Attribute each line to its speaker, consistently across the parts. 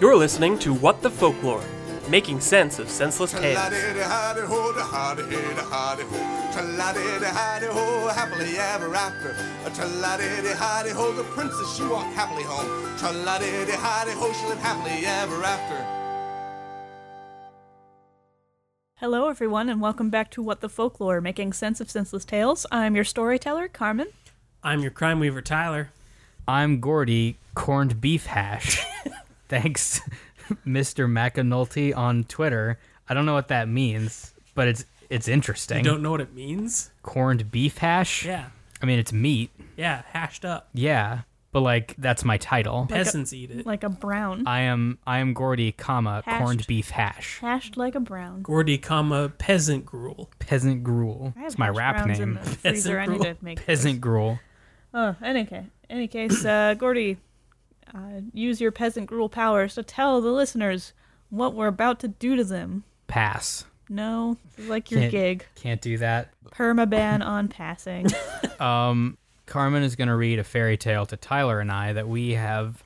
Speaker 1: You're listening to What the Folklore, making sense of senseless tales.
Speaker 2: Tla-di-di-hi-di-ho, da-ha-di-hi-di-hi-di-ho. Tla-di-di-hi-di-ho, happily ever after. Tla-di-di-hi-di-ho, the princess she walked happily home. Tla-di-di-hi-di-ho, she lived happily ever after.
Speaker 3: Hello, everyone, and welcome back to What the Folklore, making sense of senseless tales. I'm your storyteller, Carmen.
Speaker 1: I'm your crime weaver, Tyler.
Speaker 4: I'm Gordy, corned beef hash. Thanks, Mr. McAnulty on Twitter. I don't know what that means, but it's it's interesting.
Speaker 1: You don't know what it means?
Speaker 4: corned beef hash?
Speaker 1: Yeah,
Speaker 4: I mean, it's meat.
Speaker 1: yeah, hashed up.
Speaker 4: Yeah. But like that's my title.
Speaker 1: Peasants eat it.
Speaker 3: Like a brown.
Speaker 4: I am I am Gordy, comma,
Speaker 3: Hashed.
Speaker 4: corned beef hash.
Speaker 3: Hashed like a brown.
Speaker 1: Gordy, comma, peasant gruel.
Speaker 4: Peasant gruel.
Speaker 3: I have
Speaker 4: It's my
Speaker 3: hash
Speaker 4: rap
Speaker 3: browns
Speaker 4: name.
Speaker 3: In the freezer. I need to make
Speaker 4: Peasant gruel.
Speaker 3: Oh, any case, any case, uh, Gordy, uh, use your peasant gruel powers to tell the listeners what we're about to do to them.
Speaker 4: Pass.
Speaker 3: No, this is like your
Speaker 4: Can't-
Speaker 3: gig,
Speaker 4: Can't do that.
Speaker 3: permaban on passing.
Speaker 4: Carmen is going to read a fairy tale to Tyler and I that we have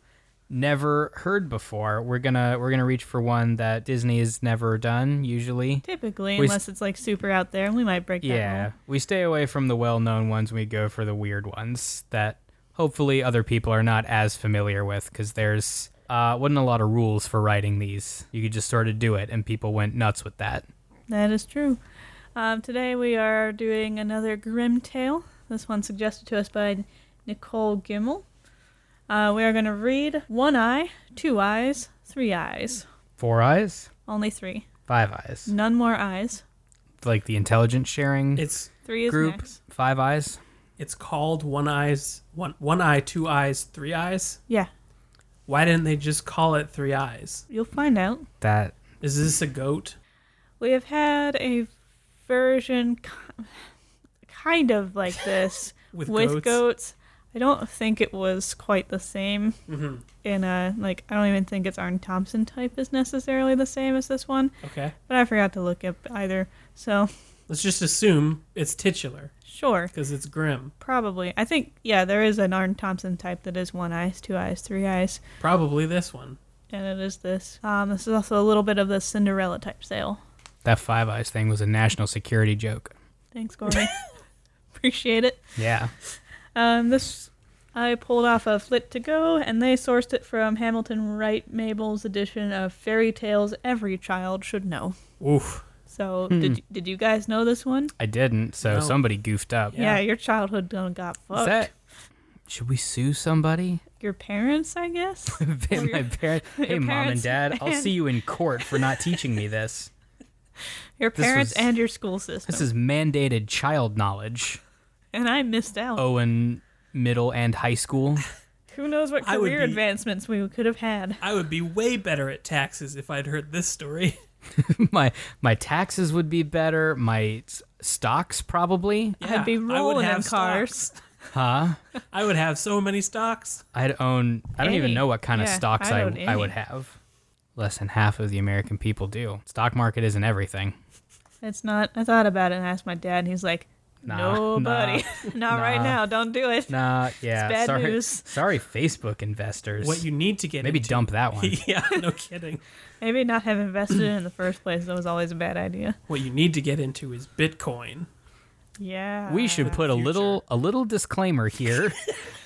Speaker 4: never heard before. We're going to we're going to reach for one that Disney has never done usually.
Speaker 3: Typically,
Speaker 4: We s-
Speaker 3: unless it's like super out there, and we might break that
Speaker 4: Yeah.
Speaker 3: rule.
Speaker 4: We stay away from the well-known ones and we go for the weird ones that hopefully other people are not as familiar with cuz there's uh wasn't a lot of rules for writing these. You could just sort of do it and people went nuts with that.
Speaker 3: That is true. Um, today we are doing another grim tale. This one suggested to us by Nicole Gimmel. Uh, we are going to read One Eye, Two Eyes, Three Eyes.
Speaker 4: Four eyes,
Speaker 3: Only three.
Speaker 4: five eyes.
Speaker 3: None more eyes.
Speaker 4: Like the intelligence sharing
Speaker 5: It's
Speaker 3: Three is
Speaker 4: group,
Speaker 3: next.
Speaker 4: five eyes.
Speaker 5: it's called one eyes one one eye two eyes three eyes.
Speaker 3: Yeah,
Speaker 5: Why didn't they just call it three eyes?
Speaker 3: you'll find out.
Speaker 4: That
Speaker 5: Is this a goat?
Speaker 3: We have had a version ki- kind of like this
Speaker 5: With goats?
Speaker 3: I don't think it was quite the same.
Speaker 5: Mm-hmm.
Speaker 3: In a like, I don't even think its Arn Thompson type is necessarily the same as this one.
Speaker 5: Okay,
Speaker 3: But I forgot to look up either. So
Speaker 5: let's just assume it's titular
Speaker 3: sure,
Speaker 5: because it's grim.
Speaker 3: probably. I think yeah, there is an Arn Thompson type that is one eyes, two eyes, three eyes,
Speaker 5: Probably this one.
Speaker 3: and it is this. Um, this is also a little bit of the Cinderella type sale.
Speaker 4: that five eyes thing was a national security joke.
Speaker 3: Thanks, Gordy. Appreciate it.
Speaker 4: Yeah.
Speaker 3: Um, this I pulled off of Flit to Go, and they sourced it from Hamilton Wright Mabel's edition of Fairy Tales Every Child Should Know.
Speaker 5: Oof.
Speaker 3: So, did did you guys know this one?
Speaker 4: I didn't, so
Speaker 5: No.
Speaker 4: somebody goofed up.
Speaker 3: Yeah,
Speaker 5: Yeah.
Speaker 3: your childhood done got
Speaker 4: Is
Speaker 3: fucked.
Speaker 4: that should we sue somebody?
Speaker 3: Your parents, I guess.
Speaker 4: My parents, hey mom and
Speaker 3: parents
Speaker 4: dad, I'll see you in court for not teaching me this.
Speaker 3: Your
Speaker 4: This
Speaker 3: parents
Speaker 4: was-
Speaker 3: and your school system.
Speaker 4: This is mandated child knowledge.
Speaker 3: and I missed out.
Speaker 4: Oh, Owen middle and high school.
Speaker 3: Who knows what
Speaker 5: I would
Speaker 3: career
Speaker 5: be-
Speaker 3: advancements we could have had?
Speaker 5: I would be way better at taxes if I'd heard this story.
Speaker 4: My my taxes would be better. My s- stocks probably.
Speaker 3: I'd be
Speaker 5: Yeah, I would
Speaker 3: rolling in
Speaker 5: have
Speaker 3: cars.
Speaker 5: stocks.
Speaker 4: Huh?
Speaker 5: I would have so many stocks.
Speaker 4: I'd own. I don't even
Speaker 3: Any.
Speaker 4: know what kind
Speaker 3: Yeah,
Speaker 4: of stocks
Speaker 3: I'd
Speaker 4: I,
Speaker 3: own
Speaker 4: I would
Speaker 3: any.
Speaker 4: have. Less than half of the American people do. Stock market isn't everything.
Speaker 3: It's not. I thought about it and asked my dad, and he's like,
Speaker 4: Nah,
Speaker 3: "Nobody, not right
Speaker 4: nah.
Speaker 3: now. Don't do it."
Speaker 4: Nah, yeah.
Speaker 3: bad
Speaker 4: sorry,
Speaker 3: news.
Speaker 4: sorry, Facebook investors.
Speaker 5: What you need to get
Speaker 4: Maybe
Speaker 5: into.
Speaker 4: dump that one.
Speaker 5: yeah, no kidding.
Speaker 3: Maybe not have invested in it in the first place. That was always a bad idea.
Speaker 5: What you need to get into is Bitcoin.
Speaker 3: Yeah.
Speaker 4: We should put a little a little disclaimer here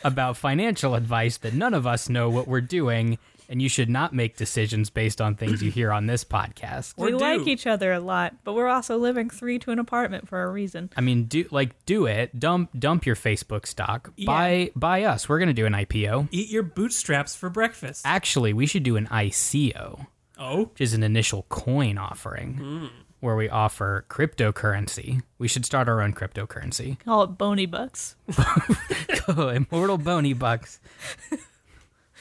Speaker 4: about financial advice that none of us know what we're doing, and you should not make decisions based on things you hear on this podcast.
Speaker 3: We
Speaker 5: or do.
Speaker 3: like each other a lot, but we're also living three to an apartment for a reason.
Speaker 4: I mean, do like do it. Dump dump your Facebook stock. Buy buy us. We're gonna do an IPO.
Speaker 5: Eat your bootstraps for breakfast.
Speaker 4: Actually, we should do an ICO, which
Speaker 5: oh,
Speaker 4: is an initial coin offering,
Speaker 5: Hmm.
Speaker 4: where we offer cryptocurrency. We should start our own cryptocurrency.
Speaker 3: Call it bony bucks.
Speaker 4: Oh, Immortal Bony Bucks.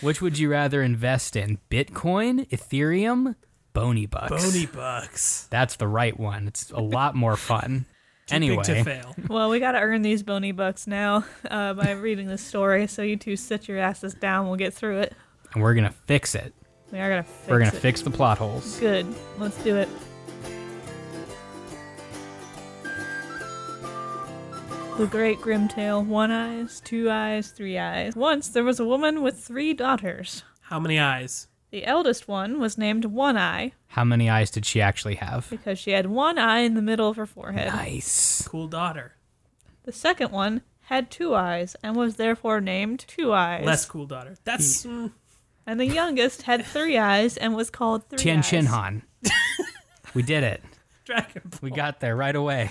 Speaker 4: Which would you rather invest in? Bitcoin, Ethereum, Bony Bucks?
Speaker 5: bony bucks.
Speaker 4: That's the right one. It's a lot more fun.
Speaker 5: Big to
Speaker 4: anyway,
Speaker 5: fail.
Speaker 3: Well, we gotta earn these bony bucks now uh, by reading this story. So you two sit your asses down. We'll get through it.
Speaker 4: and we're going to fix it.
Speaker 3: We are gonna. Fix
Speaker 4: we're going to
Speaker 3: it.
Speaker 4: fix the plot holes.
Speaker 3: Good. Let's do it. The Great Grim Tale One Eyes, Two Eyes, Three Eyes. Once there was a woman with three daughters.
Speaker 5: How many eyes?
Speaker 3: The eldest one was named One Eye
Speaker 4: How many eyes did she actually have?
Speaker 3: because she had one eye in the middle of her forehead.
Speaker 4: Nice.
Speaker 5: Cool daughter.
Speaker 3: The second one had two eyes and was therefore named Two Eyes.
Speaker 5: Less cool daughter. That's mm,
Speaker 3: And the youngest had three eyes and was called Three
Speaker 4: Tian
Speaker 3: Eyes.
Speaker 4: Shin Han. we did it.
Speaker 5: Dragon Ball.
Speaker 4: We got there right away.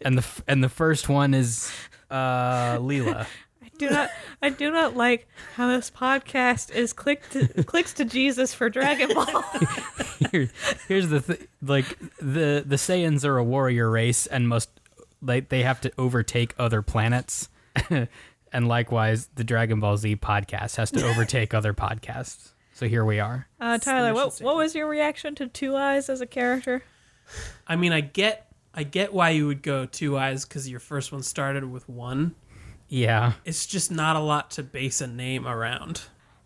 Speaker 4: And the f- and the first one is uh Leela.
Speaker 3: I do not, I do not like how this podcast is clicked to, clicks to Jesus for Dragon Ball.
Speaker 4: Here- here's the th- like the the Saiyans are a warrior race and must like they have to overtake other planets. and likewise, the Dragon Ball Z podcast has to overtake other podcasts. So here we are.
Speaker 3: Uh, Tyler,
Speaker 5: mission
Speaker 3: what, what was your reaction to Two Eyes as a character?
Speaker 5: I mean, I get, I get why you would go two eyes because your first one started with one.
Speaker 4: Yeah,
Speaker 5: It's just not a lot to base a name around.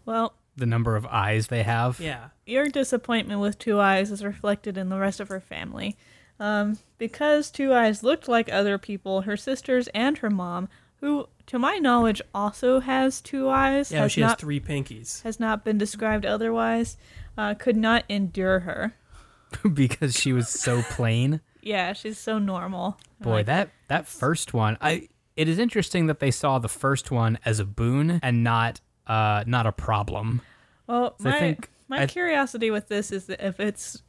Speaker 3: Well,
Speaker 4: the number of eyes they have.
Speaker 5: Yeah.
Speaker 3: your disappointment with Two Eyes is reflected in the rest of her family. Um, because Two Eyes looked like other people, her sisters and her mom, who, to my knowledge, also has two eyes,
Speaker 5: Yeah,
Speaker 3: has,
Speaker 5: she
Speaker 3: not,
Speaker 5: has three pinkies.
Speaker 3: has not been described otherwise, uh, could not endure her.
Speaker 4: because she was so plain.
Speaker 3: Yeah, she's so normal.
Speaker 4: Boy, that that first one, I it is interesting that they saw the first one as a boon and not uh not a problem.
Speaker 3: Well,
Speaker 4: I
Speaker 3: my
Speaker 4: think-
Speaker 3: my
Speaker 4: I-
Speaker 3: curiosity with this is that if it's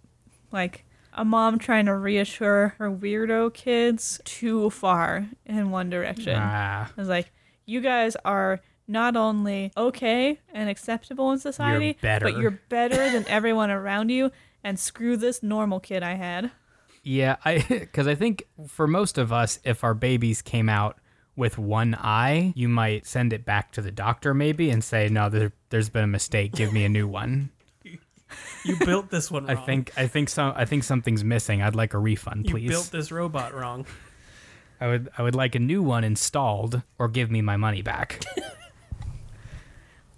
Speaker 3: like a mom trying to reassure her weirdo kids too far in one direction.
Speaker 4: Ah,
Speaker 3: It's like you guys are not only okay and acceptable in society,
Speaker 4: better.
Speaker 3: but you're better than everyone around you. And screw this normal kid I had.
Speaker 4: yeah, I cuz I think for most of us if our babies came out with one eye, you might send it back to the doctor maybe and say no, there, there's been a mistake, give me a new one.
Speaker 5: You built this one
Speaker 4: I
Speaker 5: wrong.
Speaker 4: think I think some I think something's missing. I'd like a refund,
Speaker 5: you
Speaker 4: please.
Speaker 5: built this robot wrong.
Speaker 4: I would I would like a new one installed or give me my money back.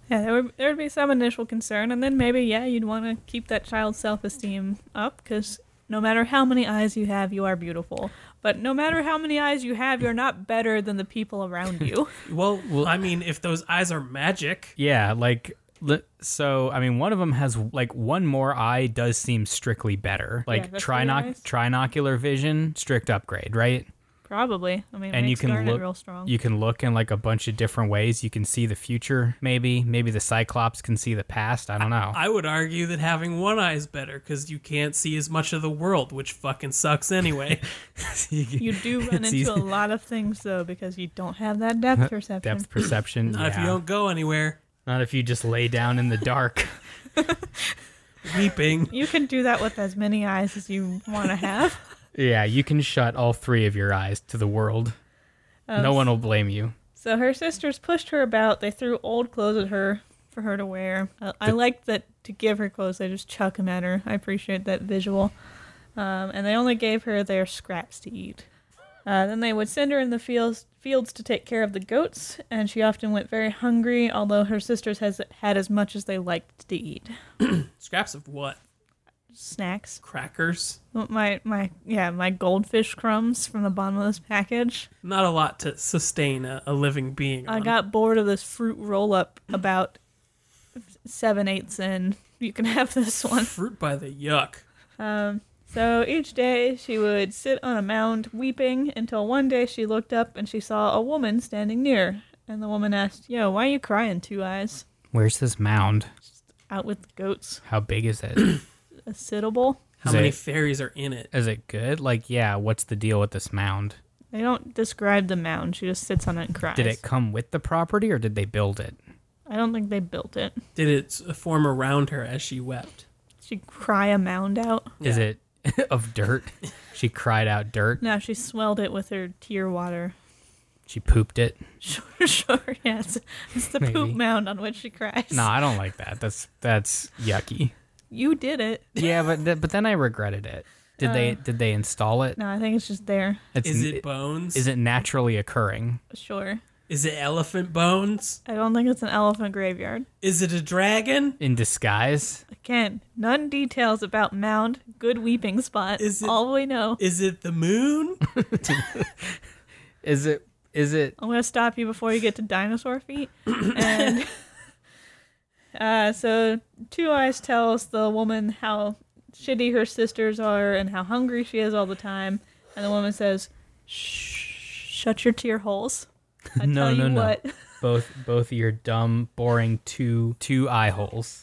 Speaker 3: Yeah, there would there would be some initial concern, and then maybe yeah, you'd want to keep that child's self esteem up because no matter how many eyes you have, you are beautiful. But no matter how many eyes you have, you're not better than the people around you.
Speaker 5: Well, I mean, if those eyes are magic,
Speaker 4: Yeah, like li- so I mean one of them has like one more eye does seem strictly better. Like
Speaker 3: that's what it
Speaker 4: trinoc
Speaker 3: is.
Speaker 4: trinocular vision, strict upgrade, right?
Speaker 3: Probably, I mean, it
Speaker 4: And you
Speaker 3: makes
Speaker 4: can
Speaker 3: Garnet
Speaker 4: look
Speaker 3: real strong.
Speaker 4: You can look in like a bunch of different ways. You can see the future maybe. Maybe the cyclops can see the past. I don't know.
Speaker 5: I would argue that having one eye is better because you can't see as much of the world, which fucking sucks anyway.
Speaker 3: You do run
Speaker 4: It's
Speaker 3: into
Speaker 4: easy-
Speaker 3: a lot of things though because you don't have that depth perception.
Speaker 4: Depth perception.
Speaker 5: Not Uh, if you
Speaker 4: yeah.
Speaker 5: don't go anywhere.
Speaker 4: Not if you just lay down in the dark.
Speaker 5: Weeping.
Speaker 3: You can do that with as many eyes as you want to have.
Speaker 4: yeah, you can shut all three of your eyes to the world.
Speaker 3: Oh,
Speaker 4: no one will blame you.
Speaker 3: Um, So her sisters pushed her about. They threw old clothes at her for her to wear. Uh, I liked that to give her clothes, they just chuck them at her. I appreciate that visual. Um, and they only gave her their scraps to eat. Uh, then they would send her in the fields fields to take care of the goats, and she often went very hungry, although her sisters has had as much as they liked to eat.
Speaker 5: Scraps of what?
Speaker 3: Snacks.
Speaker 5: Crackers?
Speaker 3: My my yeah, my goldfish crumbs from the bottom of this package.
Speaker 5: Not a lot to sustain a, a living being.
Speaker 3: I
Speaker 5: on.
Speaker 3: got bored of this fruit roll up about seven eighths in. You can have this one.
Speaker 5: fruit by the yuck.
Speaker 3: Um, so each day she would sit on a mound weeping until one day she looked up and she saw a woman standing near. And the woman asked, Yo, why are you crying, Two Eyes?
Speaker 4: Where's this mound?
Speaker 3: Out with the goats.
Speaker 4: How big is it?
Speaker 3: A sittable.
Speaker 5: How
Speaker 4: Is
Speaker 5: many
Speaker 4: it-
Speaker 5: fairies are in it?
Speaker 4: Is it good? Like, yeah, what's the deal with this mound?
Speaker 3: They don't describe the mound. She just sits on it and cries.
Speaker 4: Did it come with the property or did they build it?
Speaker 3: I don't think they built it.
Speaker 5: Did it s- form around her as she wept?
Speaker 3: She'd cry a mound out.
Speaker 4: Is it of dirt? she cried out dirt.
Speaker 3: No, she swelled it with her tear water.
Speaker 4: She pooped it.
Speaker 3: Sure, sure, yes. It's the
Speaker 4: Maybe.
Speaker 3: poop mound on which she cries.
Speaker 4: No, I don't like that. That's that's yucky.
Speaker 3: You did it.
Speaker 4: Yeah, but th- but then I regretted it. Did they did they install it?
Speaker 3: Uh, No, I think it's just there.
Speaker 4: It's,
Speaker 5: Is it bones?
Speaker 4: is it naturally occurring?
Speaker 3: Sure.
Speaker 5: Is it elephant bones?
Speaker 3: I don't think it's an elephant graveyard.
Speaker 5: Is it a dragon?
Speaker 4: In disguise?
Speaker 3: Again, none details about mound, good weeping spot.
Speaker 5: Is it-
Speaker 3: All we know.
Speaker 5: Is it the moon?
Speaker 4: Is it is it
Speaker 3: I'm going to stop you before you get to dinosaur feet. And Uh, so Two Eyes tells the woman how shitty her sisters are and how hungry she is all the time, and the woman says, "Shh, shut your tear holes." I
Speaker 4: No,
Speaker 3: tell you
Speaker 4: no, no.
Speaker 3: what,
Speaker 4: both both your dumb, boring two two eye holes.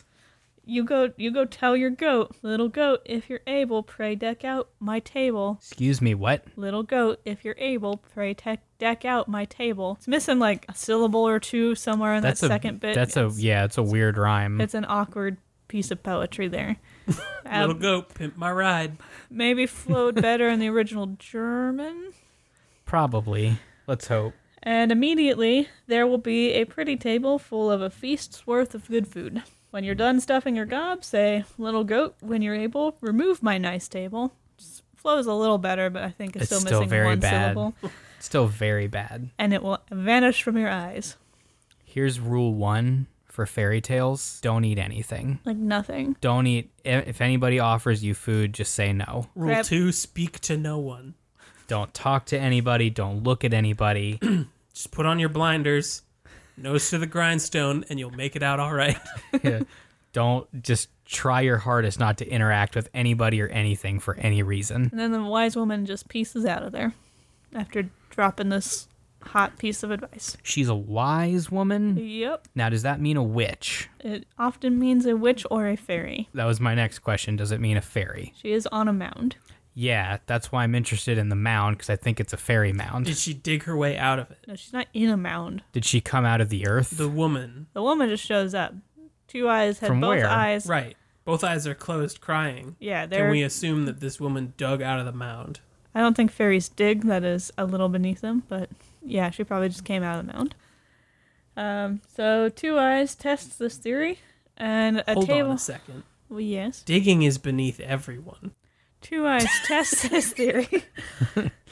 Speaker 3: you go, you go tell your goat, little goat, if you're able, pray deck out my table.
Speaker 4: Excuse me, what?
Speaker 3: Little goat, if you're able, pray te- deck out my table. It's missing like a syllable or two somewhere in
Speaker 4: That's
Speaker 3: that
Speaker 4: a
Speaker 3: second bit.
Speaker 4: That's a
Speaker 3: It's-
Speaker 4: yeah, it's a weird rhyme.
Speaker 3: It's an awkward piece of poetry there.
Speaker 5: Little
Speaker 3: Um,
Speaker 5: goat, pimp my ride.
Speaker 3: maybe flowed better in the original German.
Speaker 4: Probably. Let's hope.
Speaker 3: And immediately there will be a pretty table full of a feast's worth of good food. When you're done stuffing your gob, say, Little goat, when you're able, remove my nice table. Just flows a little better, but I think it's,
Speaker 4: It's
Speaker 3: still
Speaker 4: still
Speaker 3: missing
Speaker 4: very
Speaker 3: one
Speaker 4: bad.
Speaker 3: syllable.
Speaker 4: Still very bad.
Speaker 3: And it will vanish from your eyes.
Speaker 4: Here's rule 1 for fairy tales. Don't eat anything.
Speaker 3: Like nothing.
Speaker 4: Don't eat if anybody offers you food, just say no.
Speaker 5: Rule
Speaker 3: Grab-
Speaker 5: two: speak to no one.
Speaker 4: Don't talk to anybody, don't look at anybody.
Speaker 5: Just put on your blinders, nose to the grindstone, and you'll make it out all right.
Speaker 4: don't just try your hardest not to interact with anybody or anything for any reason.
Speaker 3: And then the wise woman just pieces out of there after dropping this hot piece of advice.
Speaker 4: She's a wise woman.
Speaker 3: Yep.
Speaker 4: Now, does that mean a witch?
Speaker 3: It often means a witch or a fairy.
Speaker 4: That was my next question. Does it mean a fairy?
Speaker 3: She is on a mound.
Speaker 4: Yeah, that's why I'm interested in the mound because I think it's a fairy mound.
Speaker 5: Did she dig her way out of it?
Speaker 3: No, she's not in a mound.
Speaker 4: Did she come out of the earth?
Speaker 5: The woman,
Speaker 3: The woman just shows up. Two eyes had
Speaker 4: From
Speaker 3: both
Speaker 4: where?
Speaker 3: eyes.
Speaker 5: right? Both eyes are closed, crying.
Speaker 3: Yeah, they're.
Speaker 5: Can we uh, assume that this woman dug out of the mound?
Speaker 3: I don't think fairies dig. That is a little beneath them, but yeah, she probably just came out of the mound. Um, so Two Eyes tests this theory, and a
Speaker 5: Hold
Speaker 3: table.
Speaker 5: on a second.
Speaker 3: Well, yes.
Speaker 5: Digging is beneath everyone.
Speaker 3: Two Eyes tests this theory,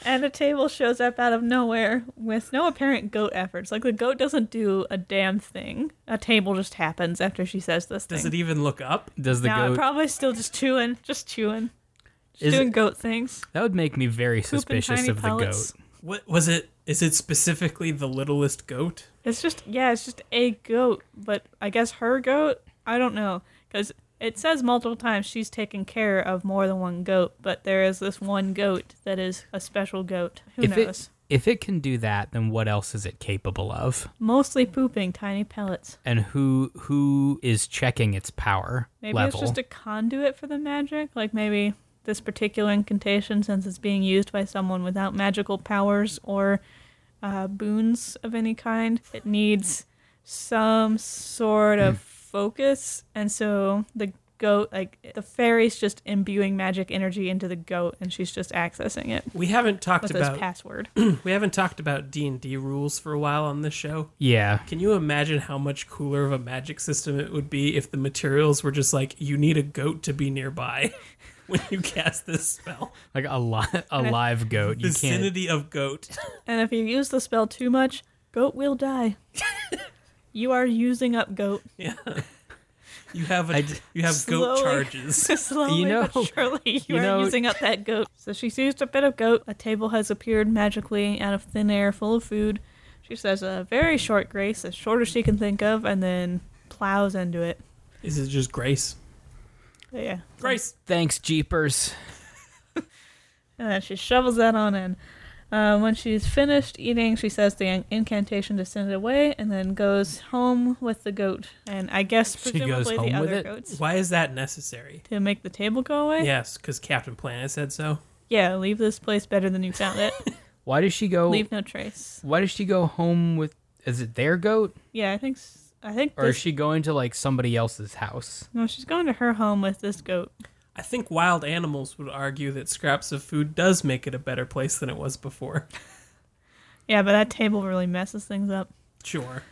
Speaker 3: and a table shows up out of nowhere with no apparent goat efforts. Like the goat doesn't do a damn thing. A table just happens after she says this
Speaker 5: Does
Speaker 3: thing.
Speaker 5: it even look up?
Speaker 4: Does the
Speaker 3: now,
Speaker 4: goat?
Speaker 3: probably still just chewing, just chewing, just
Speaker 4: Is
Speaker 3: doing
Speaker 4: it-
Speaker 3: goat things.
Speaker 4: that would make me very
Speaker 3: Poop in
Speaker 4: suspicious
Speaker 3: tiny
Speaker 4: of the
Speaker 3: pellets.
Speaker 4: goat.
Speaker 5: What was it? Is it specifically the littlest goat?
Speaker 3: It's just yeah, it's just a goat, but I guess her goat. I don't know because it says multiple times she's taking care of more than one goat, but there is this one goat that is a special goat. Who
Speaker 4: If
Speaker 3: knows?
Speaker 4: it if it can do that, then what else is it capable of?
Speaker 3: Mostly pooping tiny pellets.
Speaker 4: And who who is checking its power
Speaker 3: Maybe it's
Speaker 4: level?
Speaker 3: just a conduit for the magic. Like maybe this particular incantation, since it's being used by someone without magical powers or uh, boons of any kind, it needs some sort of
Speaker 5: Hmm.
Speaker 3: focus. And so the goat, like the fairy's just imbuing magic energy into the goat, and she's just accessing it
Speaker 5: We haven't talked
Speaker 3: with
Speaker 5: about
Speaker 3: this password.
Speaker 5: we haven't talked about D and D rules for a while on this show.
Speaker 4: yeah.
Speaker 5: Can you imagine how much cooler of a magic system it would be if the materials were just like you need a goat to be nearby when you cast this spell?
Speaker 4: like a li- a
Speaker 3: I-
Speaker 4: live goat. You can't.
Speaker 5: Vicinity of goat.
Speaker 3: and if you use the spell too much, goat will die. you are using up goat.
Speaker 5: Yeah. You have a,
Speaker 4: I d-
Speaker 5: you have goat
Speaker 3: Slowly.
Speaker 5: charges.
Speaker 3: Slowly
Speaker 4: You know-
Speaker 3: but surely you,
Speaker 4: you
Speaker 3: are
Speaker 4: know-
Speaker 3: using up that goat. So she's used a bit of goat. A table has appeared magically out of thin air, full of food. She says a very short grace, as short as she can think of, and then plows into it.
Speaker 5: Is it just grace?
Speaker 3: But yeah.
Speaker 5: Grace.
Speaker 4: Thanks, Jeepers.
Speaker 3: And then she shovels that on in. Uh, when she's finished eating, she says the in- incantation to send it away, and then goes home with the goat. And I guess
Speaker 4: She goes
Speaker 3: presumably the
Speaker 4: home with
Speaker 3: other
Speaker 4: it?
Speaker 3: goats
Speaker 5: Why is that necessary?
Speaker 3: to make the table go away.
Speaker 5: Yes, because Captain Planet said so.
Speaker 3: yeah leave this place better than you found it.
Speaker 4: Why does she go?
Speaker 3: leave no trace.
Speaker 4: Why does she go home with? Is it their goat,
Speaker 3: Yeah, I think s- I think
Speaker 4: or is
Speaker 3: this,
Speaker 4: she going to like somebody else's house?
Speaker 3: no, she's going to her home with this goat.
Speaker 5: I think wild animals would argue that scraps of food does make it a better place than it was before.
Speaker 3: Yeah, but that table really messes things up.
Speaker 5: Sure.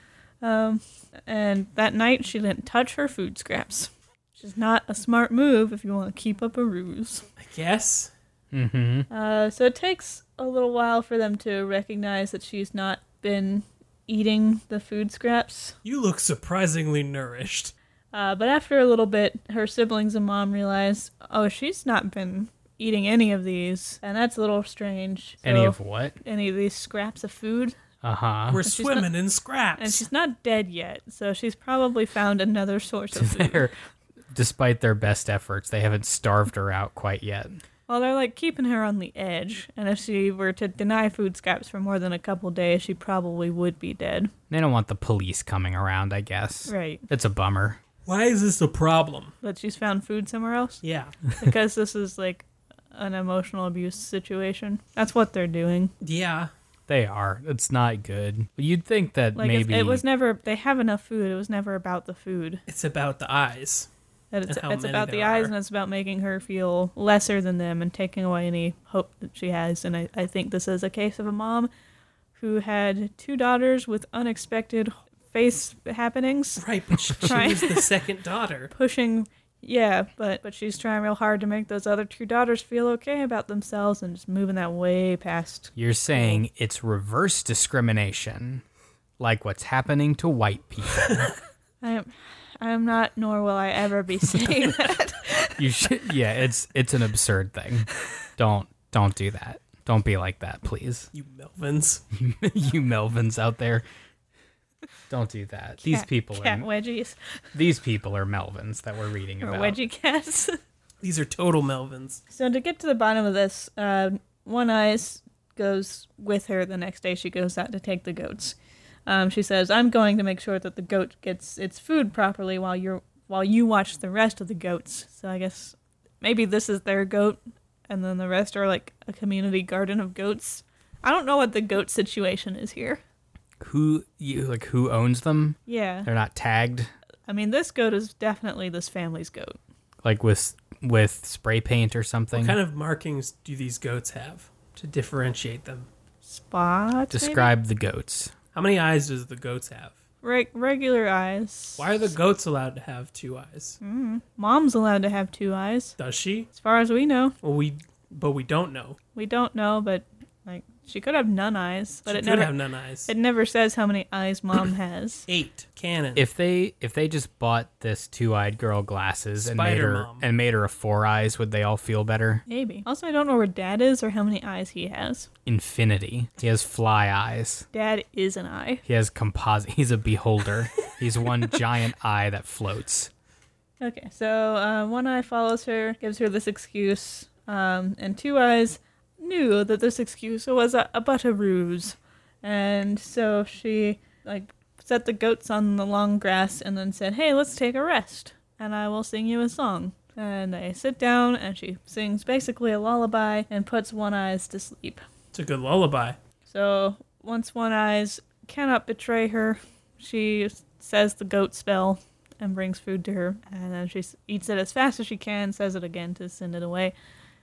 Speaker 3: Um, and that night she didn't touch her food scraps. Which is not a smart move if you want to keep up a ruse.
Speaker 5: I guess.
Speaker 4: Mm-hmm.
Speaker 3: Uh, so it takes a little while for them to recognize that she's not been eating the food scraps.
Speaker 5: You look surprisingly nourished.
Speaker 3: Uh, but after a little bit, her siblings and mom realize, oh, she's not been eating any of these, and that's a little strange.
Speaker 4: Any
Speaker 3: So-
Speaker 4: of what?
Speaker 3: any of these scraps of food.
Speaker 4: Uh huh.
Speaker 5: We're
Speaker 3: Oh. not-
Speaker 5: swimming in scraps.
Speaker 3: And she's not dead yet, so she's probably found another source of food.
Speaker 4: They're, despite their best efforts, they haven't starved her out quite yet.
Speaker 3: Well, they're like keeping her on the edge, and if she were to deny food scraps for more than a couple days, she probably would be dead.
Speaker 4: They don't want the police coming around, I guess.
Speaker 3: Right.
Speaker 4: That's a bummer.
Speaker 5: Why is this a problem?
Speaker 3: But she's found food somewhere else
Speaker 5: Yeah.
Speaker 3: because this is like an emotional abuse situation. That's what they're doing.
Speaker 5: Yeah.
Speaker 4: They are. It's not good. But you'd think that
Speaker 3: Like it's-
Speaker 4: maybe
Speaker 3: it was never they have enough food. It was never about the food.
Speaker 5: It's about the eyes.
Speaker 3: That it's
Speaker 5: And how
Speaker 3: it's
Speaker 5: many
Speaker 3: about the
Speaker 5: there
Speaker 3: eyes
Speaker 5: are.
Speaker 3: and it's about making her feel lesser than them and taking away any hope that she has. And I, I think this is a case of a mom who had two daughters with unexpected face happenings.
Speaker 5: Right, but she, she
Speaker 3: Right.
Speaker 5: was the second daughter.
Speaker 3: pushing yeah but but she's trying real hard to make those other two daughters feel okay about themselves and just moving that way past
Speaker 4: you're saying it's reverse discrimination, like what's happening to white people.
Speaker 3: i am i am not nor will i ever be saying that
Speaker 4: you should. Yeah, it's it's an absurd thing. Don't don't do that. Don't be like that, please.
Speaker 5: You Melvins.
Speaker 4: you Melvins out there. Don't do that. These
Speaker 3: Cat-
Speaker 4: people
Speaker 3: cat
Speaker 4: are
Speaker 3: wedgies
Speaker 4: these people are Melvins that we're reading
Speaker 3: or
Speaker 4: about.
Speaker 3: wedgie cats
Speaker 5: These are total Melvins.
Speaker 3: so to get to the bottom of this uh, one eyes goes with her the next day she goes out to take the goats um, she says i'm going to make sure that the goat gets its food properly while you're while you watch the rest of the goats so i guess maybe this is their goat and then the rest are like a community garden of goats i don't know what the goat situation is here
Speaker 4: Who you like? Who owns them?
Speaker 3: yeah
Speaker 4: They're not tagged,
Speaker 3: i mean this goat is definitely this family's goat
Speaker 4: like with with spray paint or something.
Speaker 5: What kind of markings do these goats have to differentiate them?
Speaker 3: spots maybe?
Speaker 4: Describe the goats.
Speaker 5: How many eyes does the goats have?
Speaker 3: Reg- regular eyes
Speaker 5: Why are the goats allowed to have two eyes?
Speaker 3: Hmm? mom's allowed to have two eyes
Speaker 5: Does she?
Speaker 3: as far as we know
Speaker 5: Well, we but we don't know.
Speaker 3: We don't know, but like she could have none eyes, but
Speaker 5: she
Speaker 3: it
Speaker 5: could
Speaker 3: never
Speaker 5: have none eyes.
Speaker 3: it never says how many eyes mom has.
Speaker 5: Eight cannon.
Speaker 4: If they if they just bought this two eyed girl glasses and made her
Speaker 5: Spider-Mom.
Speaker 4: and made her a four eyes, would they all feel better?
Speaker 3: Maybe. Also, I don't know where dad is or how many eyes he has.
Speaker 4: Infinity. He has fly eyes.
Speaker 3: Dad is an eye.
Speaker 4: He has composite. He's a beholder. He's one giant eye that floats.
Speaker 3: Okay, so uh, one eye follows her, gives her this excuse, um, and two eyes knew that this excuse was a, a but a ruse, and so she like set the goats on the long grass and then said, "Hey, let's take a rest, and I will sing you a song." And they sit down, and she sings basically a lullaby and puts one eyes to sleep.
Speaker 5: it's a good lullaby.
Speaker 3: So once One Eyes cannot betray her, she says the goat spell and brings food to her. And then she s- eats it as fast as she can, says it again to send it away.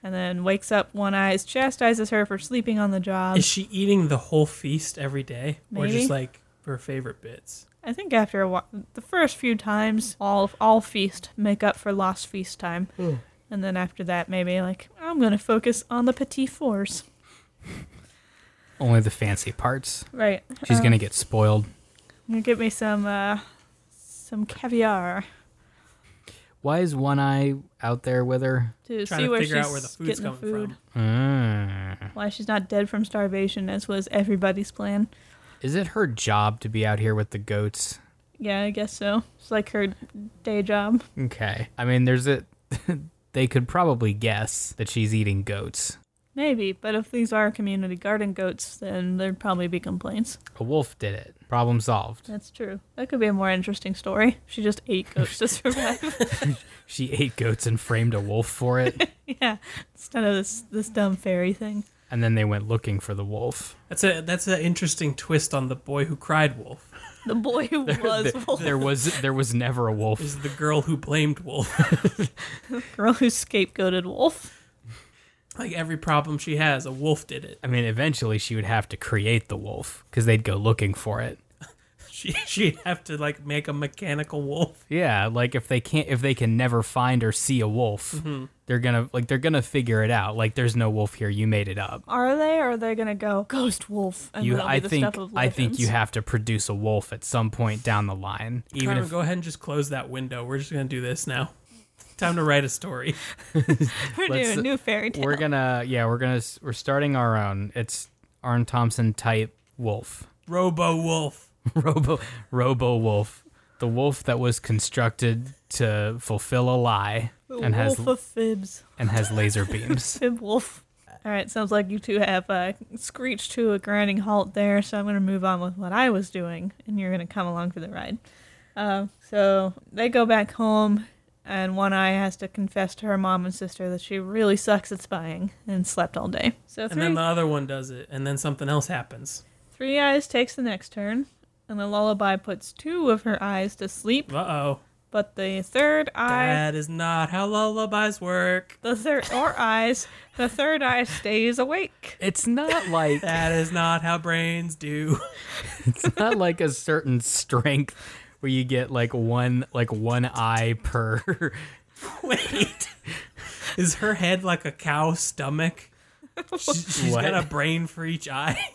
Speaker 3: And then wakes up One Eyes, chastises her for sleeping on the job.
Speaker 5: Is she eating the whole feast every day, or
Speaker 3: Um, Maybe.
Speaker 5: just like her favorite bits?
Speaker 3: I think after a while, the first few times, all all feast make up for lost feast time.
Speaker 4: Hmm.
Speaker 3: And then after that, maybe like I'm gonna focus on the petit fours.
Speaker 4: Only the fancy parts.
Speaker 3: Right.
Speaker 4: She's
Speaker 3: Um,
Speaker 4: gonna get spoiled.
Speaker 3: I'm gonna get me some uh, some caviar.
Speaker 4: Why is one eye out there with her?
Speaker 3: to
Speaker 5: Trying
Speaker 3: see
Speaker 5: to
Speaker 3: where
Speaker 5: figure
Speaker 3: she's
Speaker 5: out where the food's
Speaker 3: getting the
Speaker 5: coming
Speaker 3: food.
Speaker 5: from.
Speaker 4: Mm.
Speaker 3: Why she's not dead from starvation, as was everybody's plan.
Speaker 4: Is it her job to be out here with the goats?
Speaker 3: Yeah, I guess so. It's like her day job.
Speaker 4: Okay. I mean, there's a. they could probably guess that she's eating goats.
Speaker 3: Maybe, but if these are community garden goats, then there'd probably be complaints.
Speaker 4: A wolf did it. Problem solved.
Speaker 3: That's true. That could be a more interesting story. She just ate goats to survive.
Speaker 4: She ate goats and framed a wolf for it,
Speaker 3: yeah, instead of this this dumb fairy thing.
Speaker 4: and then they went looking for the wolf.
Speaker 5: That's a that's an interesting twist on the boy who cried wolf.
Speaker 3: The boy who was
Speaker 4: there,
Speaker 3: wolf,
Speaker 4: there was there was never a wolf.
Speaker 5: Is the girl who blamed wolf?
Speaker 3: girl who scapegoated wolf.
Speaker 5: like every problem she has, a wolf did it.
Speaker 4: I mean, eventually she would have to create the wolf because they'd go looking for it.
Speaker 5: She she'd have to like make a mechanical wolf.
Speaker 4: Yeah, like if they can't, if they can never find or see a wolf,
Speaker 3: Mm-hmm.
Speaker 4: they're gonna like they're gonna figure it out. Like there's no wolf here. You made it up.
Speaker 3: Are they? Or are they gonna go ghost wolf? And
Speaker 4: You,
Speaker 3: that'll be
Speaker 4: I
Speaker 3: the
Speaker 4: think,
Speaker 3: stuff of
Speaker 4: I think you
Speaker 3: legends?
Speaker 4: have to produce a wolf at some point down the line. Even
Speaker 5: Carmen,
Speaker 4: if
Speaker 5: go ahead and just close that window. We're just gonna do this now. Time to write a story.
Speaker 3: We're
Speaker 4: let's-
Speaker 3: doing a new fairy tale.
Speaker 4: we're gonna, yeah, we're gonna, s- we're starting our own. It's Arn Thompson type wolf.
Speaker 5: Robo Wolf.
Speaker 4: Robo Robo Wolf, the wolf that was constructed to fulfill a lie
Speaker 3: The
Speaker 4: and
Speaker 3: wolf
Speaker 4: has
Speaker 3: of fibs.
Speaker 4: and has laser beams.
Speaker 3: Fib wolf. All right, sounds like you two have uh, screeched to a grinding halt there, so I'm going to move on with what I was doing, and you're going to come along for the ride. Uh, so they go back home, and One Eye has to confess to her mom and sister that she really sucks at spying and slept all day. So
Speaker 5: And
Speaker 3: three,
Speaker 5: then the other one does it, and then something else happens.
Speaker 3: three Eyes takes the next turn, and the lullaby puts two of her eyes to sleep,
Speaker 5: Uh oh.
Speaker 3: but the third eye.
Speaker 5: That is not how lullabies work.
Speaker 3: the third or eyes the third eye stays awake
Speaker 4: It's not like
Speaker 5: That is not how brains do.
Speaker 4: it's not like a certain strength where you get like one like one eye per
Speaker 5: Wait. Is her head like a cow's stomach? She, has
Speaker 4: What?
Speaker 5: got a brain for each eye.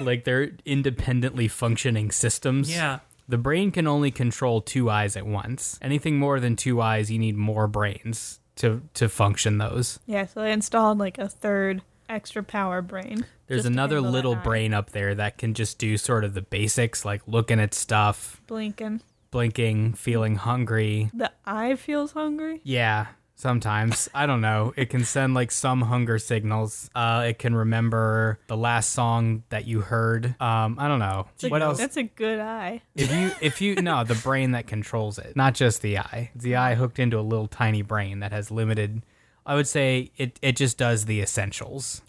Speaker 4: like they're independently functioning systems.
Speaker 5: Yeah.
Speaker 4: The brain can only control two eyes at once. Anything more than two eyes, you need more brains to to function those.
Speaker 3: yeah so they installed like a third extra power brain
Speaker 4: There's
Speaker 3: just to
Speaker 4: another
Speaker 3: handle that
Speaker 4: little
Speaker 3: eye.
Speaker 4: brain up there that can just do sort of the basics like looking at stuff,
Speaker 3: blinking
Speaker 4: blinking, feeling hungry.
Speaker 3: the eye feels hungry
Speaker 4: Yeah, sometimes. I don't know. It can send like some hunger signals. Uh it can remember the last song that you heard. Um I don't know. What else?
Speaker 3: that's a good eye
Speaker 4: If you if you no, the brain that controls it, not just the eye. It's the eye hooked into a little tiny brain that has limited I would say it it just does the essentials.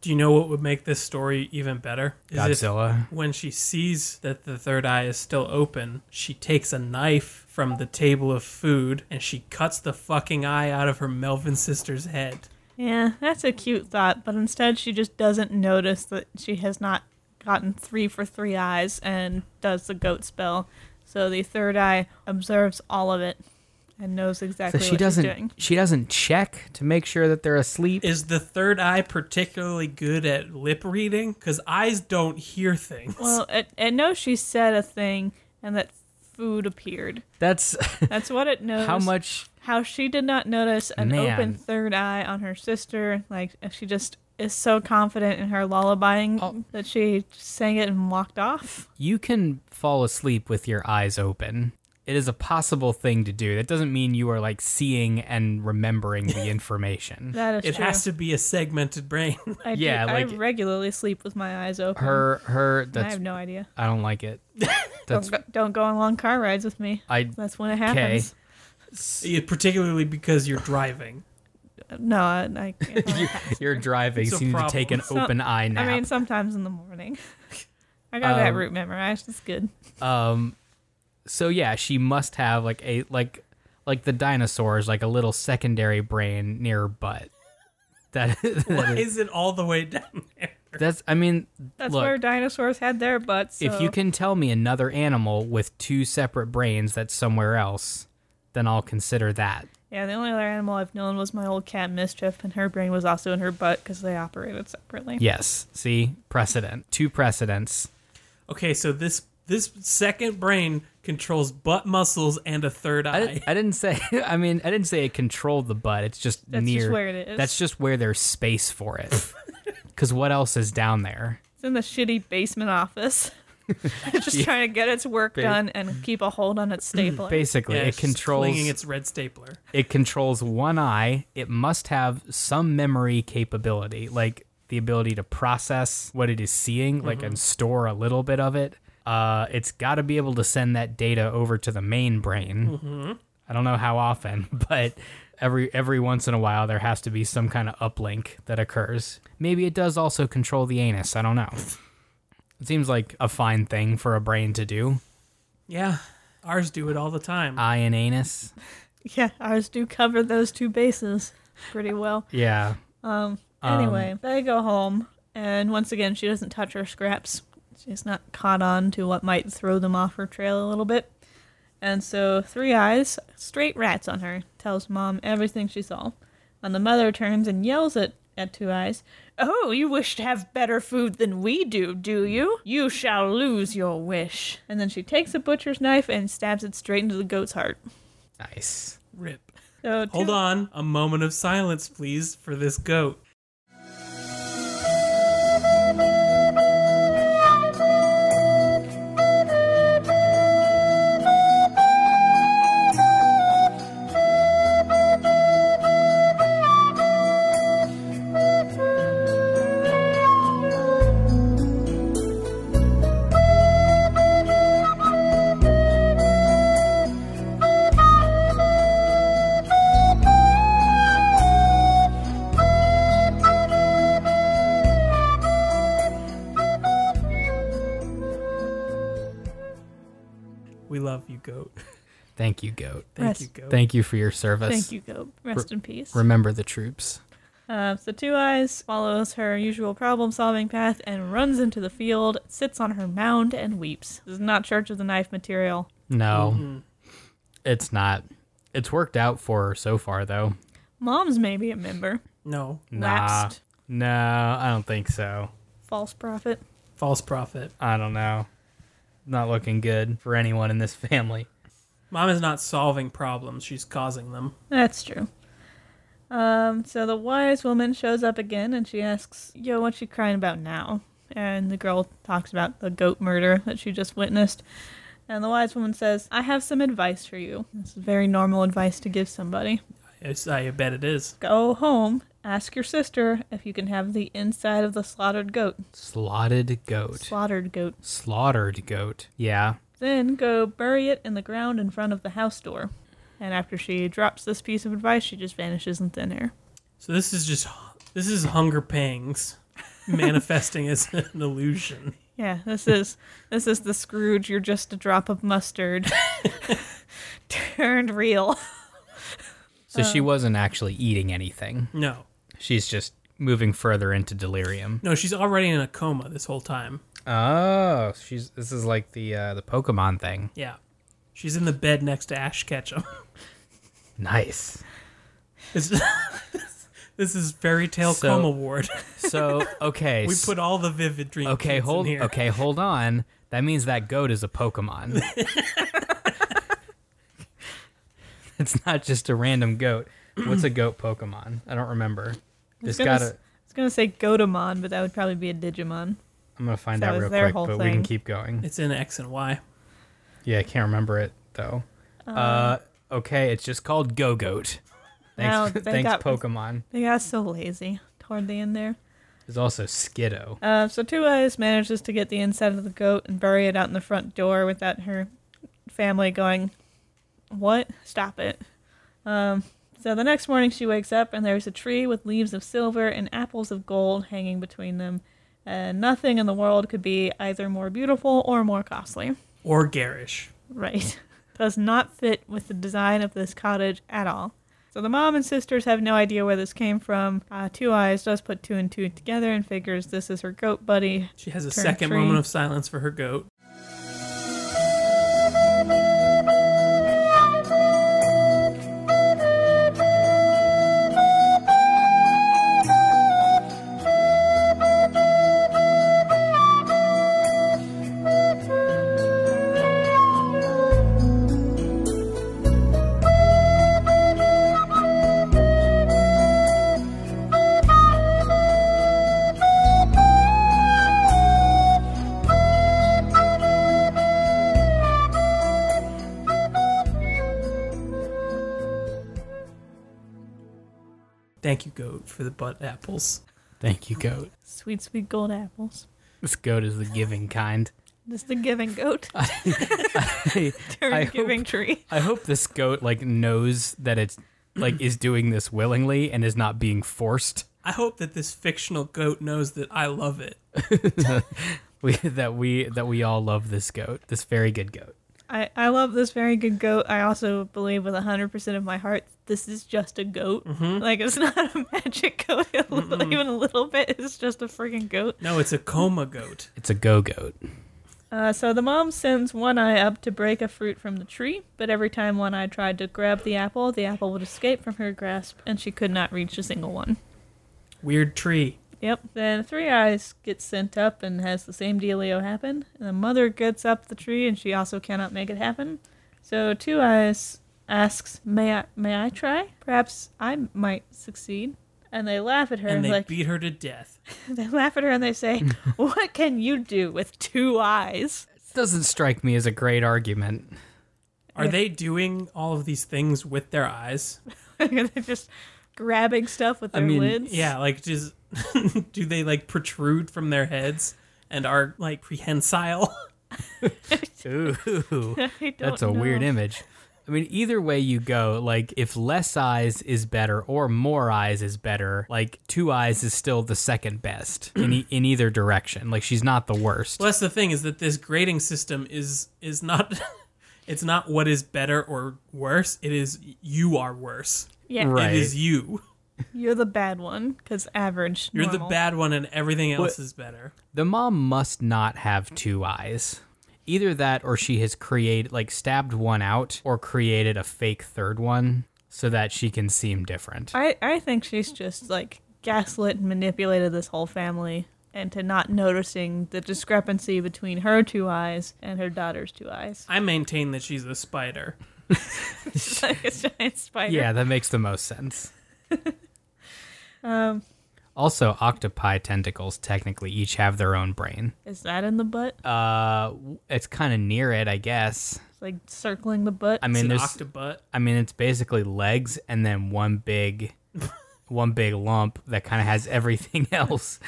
Speaker 5: Do you know what would make this story even better? Is if
Speaker 4: Godzilla.
Speaker 5: when she sees that the third eye is still open, she takes a knife from the table of food and she cuts the fucking eye out of her Melvin sister's head.
Speaker 3: yeah that's a cute thought but instead she just doesn't notice that she has not gotten three for three eyes and does the goat spell so the third eye observes all of it and knows
Speaker 4: So
Speaker 3: exactly
Speaker 4: she
Speaker 3: what she's
Speaker 4: doesn't
Speaker 3: doing
Speaker 4: she doesn't check to make sure that they're asleep.
Speaker 5: Is the third eye particularly good at lip reading? Because eyes don't hear things.
Speaker 3: well it, it knows she said a thing and that food appeared
Speaker 4: That's
Speaker 3: that's what it knows
Speaker 4: how much
Speaker 3: how she did not notice an
Speaker 4: Man.
Speaker 3: open third eye on her sister. Like she just is so confident in her lullabying
Speaker 4: Oh.
Speaker 3: that she sang it and walked off.
Speaker 4: you can fall asleep with your eyes open. It is a possible thing to do. That doesn't mean you are like seeing and remembering the information.
Speaker 3: That is
Speaker 5: it
Speaker 3: true.
Speaker 5: has to be a segmented brain.
Speaker 3: I do-
Speaker 4: yeah,
Speaker 3: I
Speaker 4: like-
Speaker 3: regularly sleep with my eyes open.
Speaker 4: her her
Speaker 3: and I
Speaker 4: that's
Speaker 3: have no idea.
Speaker 4: I don't like it. That's Uh,
Speaker 3: Don't go, don't go on long car rides with me.
Speaker 4: I
Speaker 3: That's when it happens.
Speaker 5: Yeah, particularly because you're driving.
Speaker 3: No, I, I can't.
Speaker 4: You're driving,
Speaker 5: It's
Speaker 4: so
Speaker 5: a
Speaker 4: you need to
Speaker 5: problem.
Speaker 4: take an
Speaker 3: So-
Speaker 4: open eye nap.
Speaker 3: I mean, sometimes in the morning. I got that
Speaker 4: Um,
Speaker 3: route memorized. It's good.
Speaker 4: um, so yeah, she must have like a like like the dinosaurs, like a little secondary brain near her butt. That,
Speaker 5: Why
Speaker 4: that is,
Speaker 5: is it all the way down there?
Speaker 4: that's I mean,
Speaker 3: That's
Speaker 4: look,
Speaker 3: where dinosaurs had their butts.
Speaker 4: if
Speaker 3: so-
Speaker 4: you can tell me another animal with two separate brains that's somewhere else, then I'll consider that.
Speaker 3: Yeah, the only other animal I've known was my old cat Mischief, and her brain was also in her butt because they operated separately.
Speaker 4: Yes, see precedent, two precedents.
Speaker 5: Okay, so this this second brain controls butt muscles and a third
Speaker 4: I,
Speaker 5: eye.
Speaker 4: didn't- I didn't say. I mean, I didn't say it controlled the butt. It's just
Speaker 3: That's
Speaker 4: near.
Speaker 3: just where it is.
Speaker 4: That's just where there's space for it. Because what else is down there?
Speaker 3: It's in the shitty basement office. It's just trying to get its work
Speaker 4: Ba-
Speaker 3: done and keep a hold on its stapler.
Speaker 4: Basically,
Speaker 5: Yeah,
Speaker 4: it
Speaker 5: it's just
Speaker 4: controls.
Speaker 5: flinging its red stapler.
Speaker 4: It controls one eye. It must have some memory capability, like the ability to process what it is seeing, like and store a little bit of it. Uh, it's got to be able to send that data over to the main brain. I don't know how often, but every every once in a while there has to be some kind of uplink that occurs. Maybe it does also control the anus. I don't know. It seems like a fine thing for a brain to do.
Speaker 5: Yeah, ours do it all the time.
Speaker 4: Eye and anus.
Speaker 3: Yeah, ours do cover those two bases pretty well.
Speaker 4: Yeah.
Speaker 5: Um,
Speaker 3: Anyway, they go home, and once again, she doesn't touch her scraps. She's not caught on to what might throw them off her trail a little bit. And so, Three Eyes, straight rats on her, tells Mom everything she saw. And the mother turns and yells at, at Two Eyes, Oh, you wish to have better food than we do, do you? You shall lose your wish. And then she takes a butcher's knife and stabs it straight into the goat's heart.
Speaker 4: Nice.
Speaker 5: Rip.
Speaker 3: So
Speaker 5: Hold
Speaker 3: Two-
Speaker 5: on, a moment of silence, please, for this goat. We love you, goat.
Speaker 4: Thank you, goat.
Speaker 5: Thank
Speaker 3: Rest-
Speaker 5: you, goat.
Speaker 4: Thank you for your service.
Speaker 3: Thank you, Goat. Rest in peace.
Speaker 4: Remember the troops.
Speaker 3: Uh, so Two Eyes follows her usual problem-solving path and runs into the field, sits on her mound, and weeps. This is not Church of the Knife material.
Speaker 4: No, Mm-hmm. it's not. It's worked out for her so far, though.
Speaker 3: Mom's maybe a member.
Speaker 5: no,
Speaker 3: Lapsed.
Speaker 4: Nah, no, I don't think so.
Speaker 3: False prophet.
Speaker 5: false prophet.
Speaker 4: I don't know. Not looking good for anyone in this family.
Speaker 5: Mom is not solving problems; she's causing them.
Speaker 3: That's true. Um, so the wise woman shows up again and she asks, Yo, what you crying about now? And the girl talks about the goat murder that she just witnessed. And the wise woman says, I have some advice for you. This is very normal advice to give somebody.
Speaker 5: It's, I bet it is.
Speaker 3: Go home, ask your sister if you can have the inside of the slaughtered goat.
Speaker 4: Slotted goat.
Speaker 3: Slaughtered goat.
Speaker 4: Slaughtered goat. Yeah.
Speaker 3: Then go bury it in the ground in front of the house door. And after she drops this piece of advice, she just vanishes in thin air.
Speaker 5: So this is just this is hunger pangs manifesting as an illusion.
Speaker 3: Yeah, this is this is the Scrooge. You're just a drop of mustard turned real.
Speaker 4: So
Speaker 3: Oh.
Speaker 4: she wasn't actually eating anything.
Speaker 5: No,
Speaker 4: She's just moving further into delirium.
Speaker 5: no, she's already in a coma this whole time.
Speaker 4: Oh, she's this is like the uh, the Pokemon thing.
Speaker 5: Yeah, she's in the bed next to Ash Ketchum.
Speaker 4: Nice.
Speaker 5: It's, this is fairy tale
Speaker 4: So-
Speaker 5: coma ward.
Speaker 4: So okay,
Speaker 5: We
Speaker 4: s-
Speaker 5: put all the vivid dreams.
Speaker 4: okay hold
Speaker 5: in here.
Speaker 4: okay hold on. That means that goat is a Pokemon. it's not just a random goat. What's a goat Pokemon? I don't remember. It's
Speaker 3: gonna
Speaker 4: got
Speaker 3: s-
Speaker 4: a.
Speaker 3: I was gonna say Gotamon, but that would probably be a Digimon.
Speaker 4: I'm gonna find
Speaker 3: that
Speaker 4: out
Speaker 3: was
Speaker 4: real
Speaker 3: their
Speaker 4: quick,
Speaker 3: whole
Speaker 4: but we can
Speaker 3: thing.
Speaker 4: keep going.
Speaker 5: It's in X and Y.
Speaker 4: Yeah, I can't remember it though. uh, okay, it's just called Go Goat. Thanks,
Speaker 3: Wow, they
Speaker 4: thanks
Speaker 3: got-
Speaker 4: Pokemon.
Speaker 3: They got so lazy toward the end there.
Speaker 4: There's also Skiddo.
Speaker 3: Uh, so Two Eyes manages to get the inside of the goat and bury it out in the front door without her family going, What? Stop it. Um, so the next morning she wakes up and there's a tree with leaves of silver and apples of gold hanging between them. And nothing in the world could be either more beautiful or more costly.
Speaker 5: or garish.
Speaker 3: Right. Does not fit with the design of this cottage at all. So the mom and sisters have no idea where this came from. Uh, two Eyes does put two and two together and figures this is her goat buddy
Speaker 5: She has a
Speaker 3: Turn
Speaker 5: second
Speaker 3: tree.
Speaker 5: moment of silence for her goat. Thank you, goat, for the butt apples.
Speaker 4: Thank you, Goat.
Speaker 3: Sweet, sweet gold apples.
Speaker 4: This goat is the giving kind.
Speaker 3: This is the giving goat
Speaker 4: I,
Speaker 3: or
Speaker 4: I
Speaker 3: giving
Speaker 4: hope,
Speaker 3: tree.
Speaker 4: I hope this goat like knows that it's like is doing this willingly and is not being forced.
Speaker 5: I hope that this fictional goat knows that I love it.
Speaker 4: We, that we that we all love this goat. This very good goat.
Speaker 3: I, I love this very good goat. I also believe with 100% of my heart this is just a goat.
Speaker 4: Mm-hmm.
Speaker 3: Like, it's not a magic goat, even a little bit. It's just a freaking goat.
Speaker 5: No, it's a coma goat.
Speaker 4: It's a go goat.
Speaker 3: Uh, so the mom sends One Eye up to break a fruit from the tree, but every time One Eye tried to grab the apple, the apple would escape from her grasp and she could not reach a single one.
Speaker 5: Weird tree.
Speaker 3: Yep. Then Three Eyes gets sent up and has the same dealio happen. And the mother gets up the tree and she also cannot make it happen. So Two Eyes asks, "May I? May I try? Perhaps I might succeed." And they laugh at her
Speaker 5: And
Speaker 3: and
Speaker 5: they
Speaker 3: like
Speaker 5: beat her to death.
Speaker 3: they laugh at her and they say, "What can you do with two eyes?"
Speaker 4: Doesn't strike me as a great argument.
Speaker 5: Are they doing all of these things with their eyes?
Speaker 3: They're just grabbing stuff with
Speaker 4: I
Speaker 3: their
Speaker 4: mean,
Speaker 3: lids.
Speaker 5: Yeah, like just do they like protrude from their heads and are like prehensile?
Speaker 4: Ooh.
Speaker 3: I don't
Speaker 4: That's a weird
Speaker 3: know.
Speaker 4: image. I mean, either way you go, like if less eyes is better or more eyes is better, like two eyes is still the second best in e- in either direction. Like she's not the worst.
Speaker 5: Well, that's the thing is that this grading system is is not It's not what is better or worse. It is you are worse.
Speaker 3: Yeah,
Speaker 4: Right.
Speaker 5: It is you.
Speaker 3: you're the bad one because average.
Speaker 5: You're
Speaker 3: normal.
Speaker 5: the bad one, and everything else is better.
Speaker 4: The mom must not have two eyes. Either that or she has created like stabbed one out or created a fake third one so that she can seem different.
Speaker 3: I I think she's just like gaslit and manipulated this whole family into not noticing the discrepancy between her two eyes and her daughter's two eyes.
Speaker 5: I maintain that she's a spider.
Speaker 3: It's like a giant spider.
Speaker 4: yeah, that makes the most sense.
Speaker 5: Um,
Speaker 4: also, octopi tentacles technically each have their own brain.
Speaker 3: Is that in the butt?
Speaker 4: Uh, w- it's kind of near it, I guess.
Speaker 3: It's like circling the butt.
Speaker 4: I
Speaker 5: It's
Speaker 4: mean,
Speaker 5: an
Speaker 4: there's,
Speaker 5: octobutt.
Speaker 4: I mean, it's basically legs and then one big, one big lump that kind of has everything else.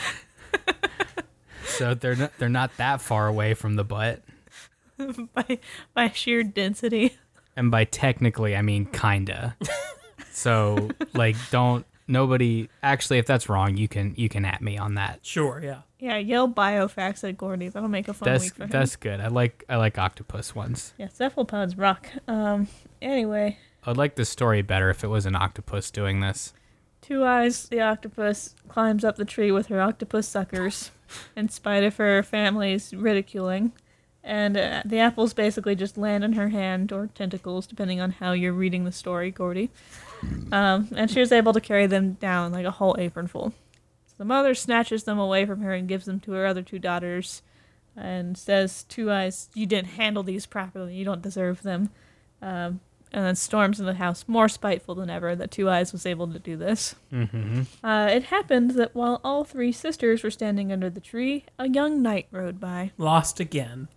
Speaker 4: so they're not, they're not that far away from the butt.
Speaker 3: by by sheer density.
Speaker 4: And by technically, I mean kinda. so like, don't nobody actually. If that's wrong, you can you can at me on that.
Speaker 5: Sure, yeah.
Speaker 3: Yeah, yell biofax at Gordy. That'll make a fun
Speaker 4: That's
Speaker 3: week for him.
Speaker 4: that's good. I like I like octopus ones.
Speaker 3: Yeah, cephalopods rock. Um, anyway,
Speaker 4: I'd like the story better if it was an octopus doing this.
Speaker 3: Two Eyes, the octopus, climbs up the tree with her octopus suckers, in spite of her family's ridiculing. And uh, the apples basically just land in her hand or tentacles, depending on how you're reading the story, Gordy. Um, and she was able to carry them down like a whole apronful. So the mother snatches them away from her and gives them to her other two daughters and says, Two Eyes, you didn't handle these properly. You don't deserve them. Um, and then storms in the house, more spiteful than ever that Two Eyes was able to do this. Mm-hmm. Uh, it happened that while all three sisters were standing under the tree, a young knight rode by.
Speaker 5: Lost again.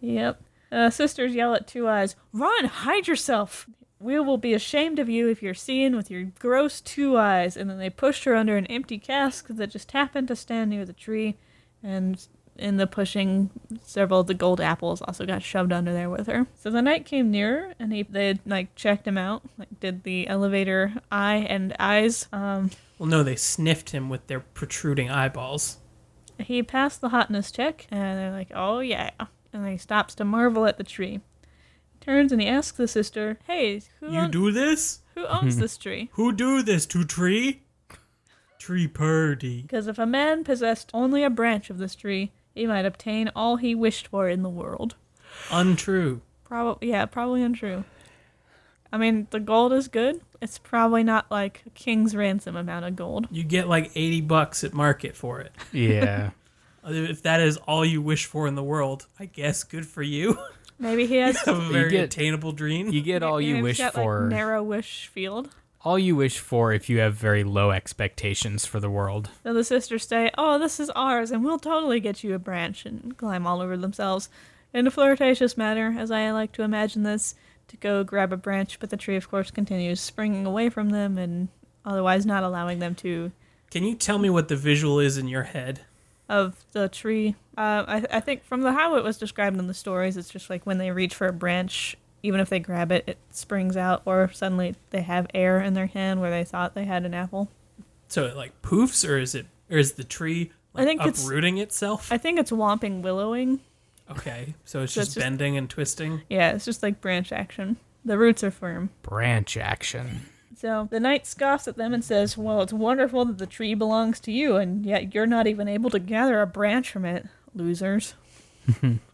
Speaker 3: Yep. Uh, sisters yell at Two Eyes, Run, hide yourself! We will be ashamed of you if you're seen with your gross two eyes. And then they pushed her under an empty cask that just happened to stand near the tree. And in the pushing, several of the gold apples also got shoved under there with her. So the knight came nearer, and he they like checked him out, like did the elevator eye and eyes. Um,
Speaker 5: Well, no, they sniffed him with their protruding eyeballs.
Speaker 3: He passed the hotness check, and they're like, oh yeah. And then he stops to marvel at the tree. Turns and he asks the sister, hey, who,
Speaker 5: You
Speaker 3: own-
Speaker 5: do this?
Speaker 3: who owns this tree?
Speaker 5: Who do this to tree? Tree Purdy.
Speaker 3: Because if a man possessed only a branch of this tree, he might obtain all he wished for in the world.
Speaker 5: Untrue.
Speaker 3: Probably, yeah, probably untrue. I mean, the gold is good. It's probably not like a king's ransom amount of gold.
Speaker 5: You get like 80 bucks at market for it.
Speaker 4: Yeah.
Speaker 5: If that is all you wish for in the world, I guess good for you.
Speaker 3: Maybe he has.
Speaker 5: Have a very
Speaker 4: get-
Speaker 5: attainable dream.
Speaker 4: you get all
Speaker 3: maybe
Speaker 4: you
Speaker 3: he's
Speaker 4: wish
Speaker 3: got,
Speaker 4: for.
Speaker 3: Like, narrow wish field.
Speaker 4: all you wish for if you have very low expectations for the world.
Speaker 3: So the sisters say, Oh, this is ours, and we'll totally get you a branch, and climb all over themselves. In a flirtatious manner, as I like to imagine this, to go grab a branch, but the tree, of course, continues springing away from them and otherwise not allowing them to.
Speaker 5: Can you tell me what the visual is in your head?
Speaker 3: Of the tree, uh, I, I think from the how it was described in the stories, it's just like when they reach for a branch, even if they grab it, it springs out, or suddenly they have air in their hand where they thought they had an apple.
Speaker 5: So it like poofs, or is it, or is the tree like
Speaker 3: I think it's-
Speaker 5: uprooting itself?
Speaker 3: I think it's womping willowing,
Speaker 5: Okay, so it's
Speaker 3: So
Speaker 5: just
Speaker 3: it's just-
Speaker 5: bending and twisting.
Speaker 3: Yeah, it's just like branch action. The roots are firm.
Speaker 4: Branch action.
Speaker 3: So the knight scoffs at them and says, Well, it's wonderful that the tree belongs to you, and yet you're not even able to gather a branch from it, losers.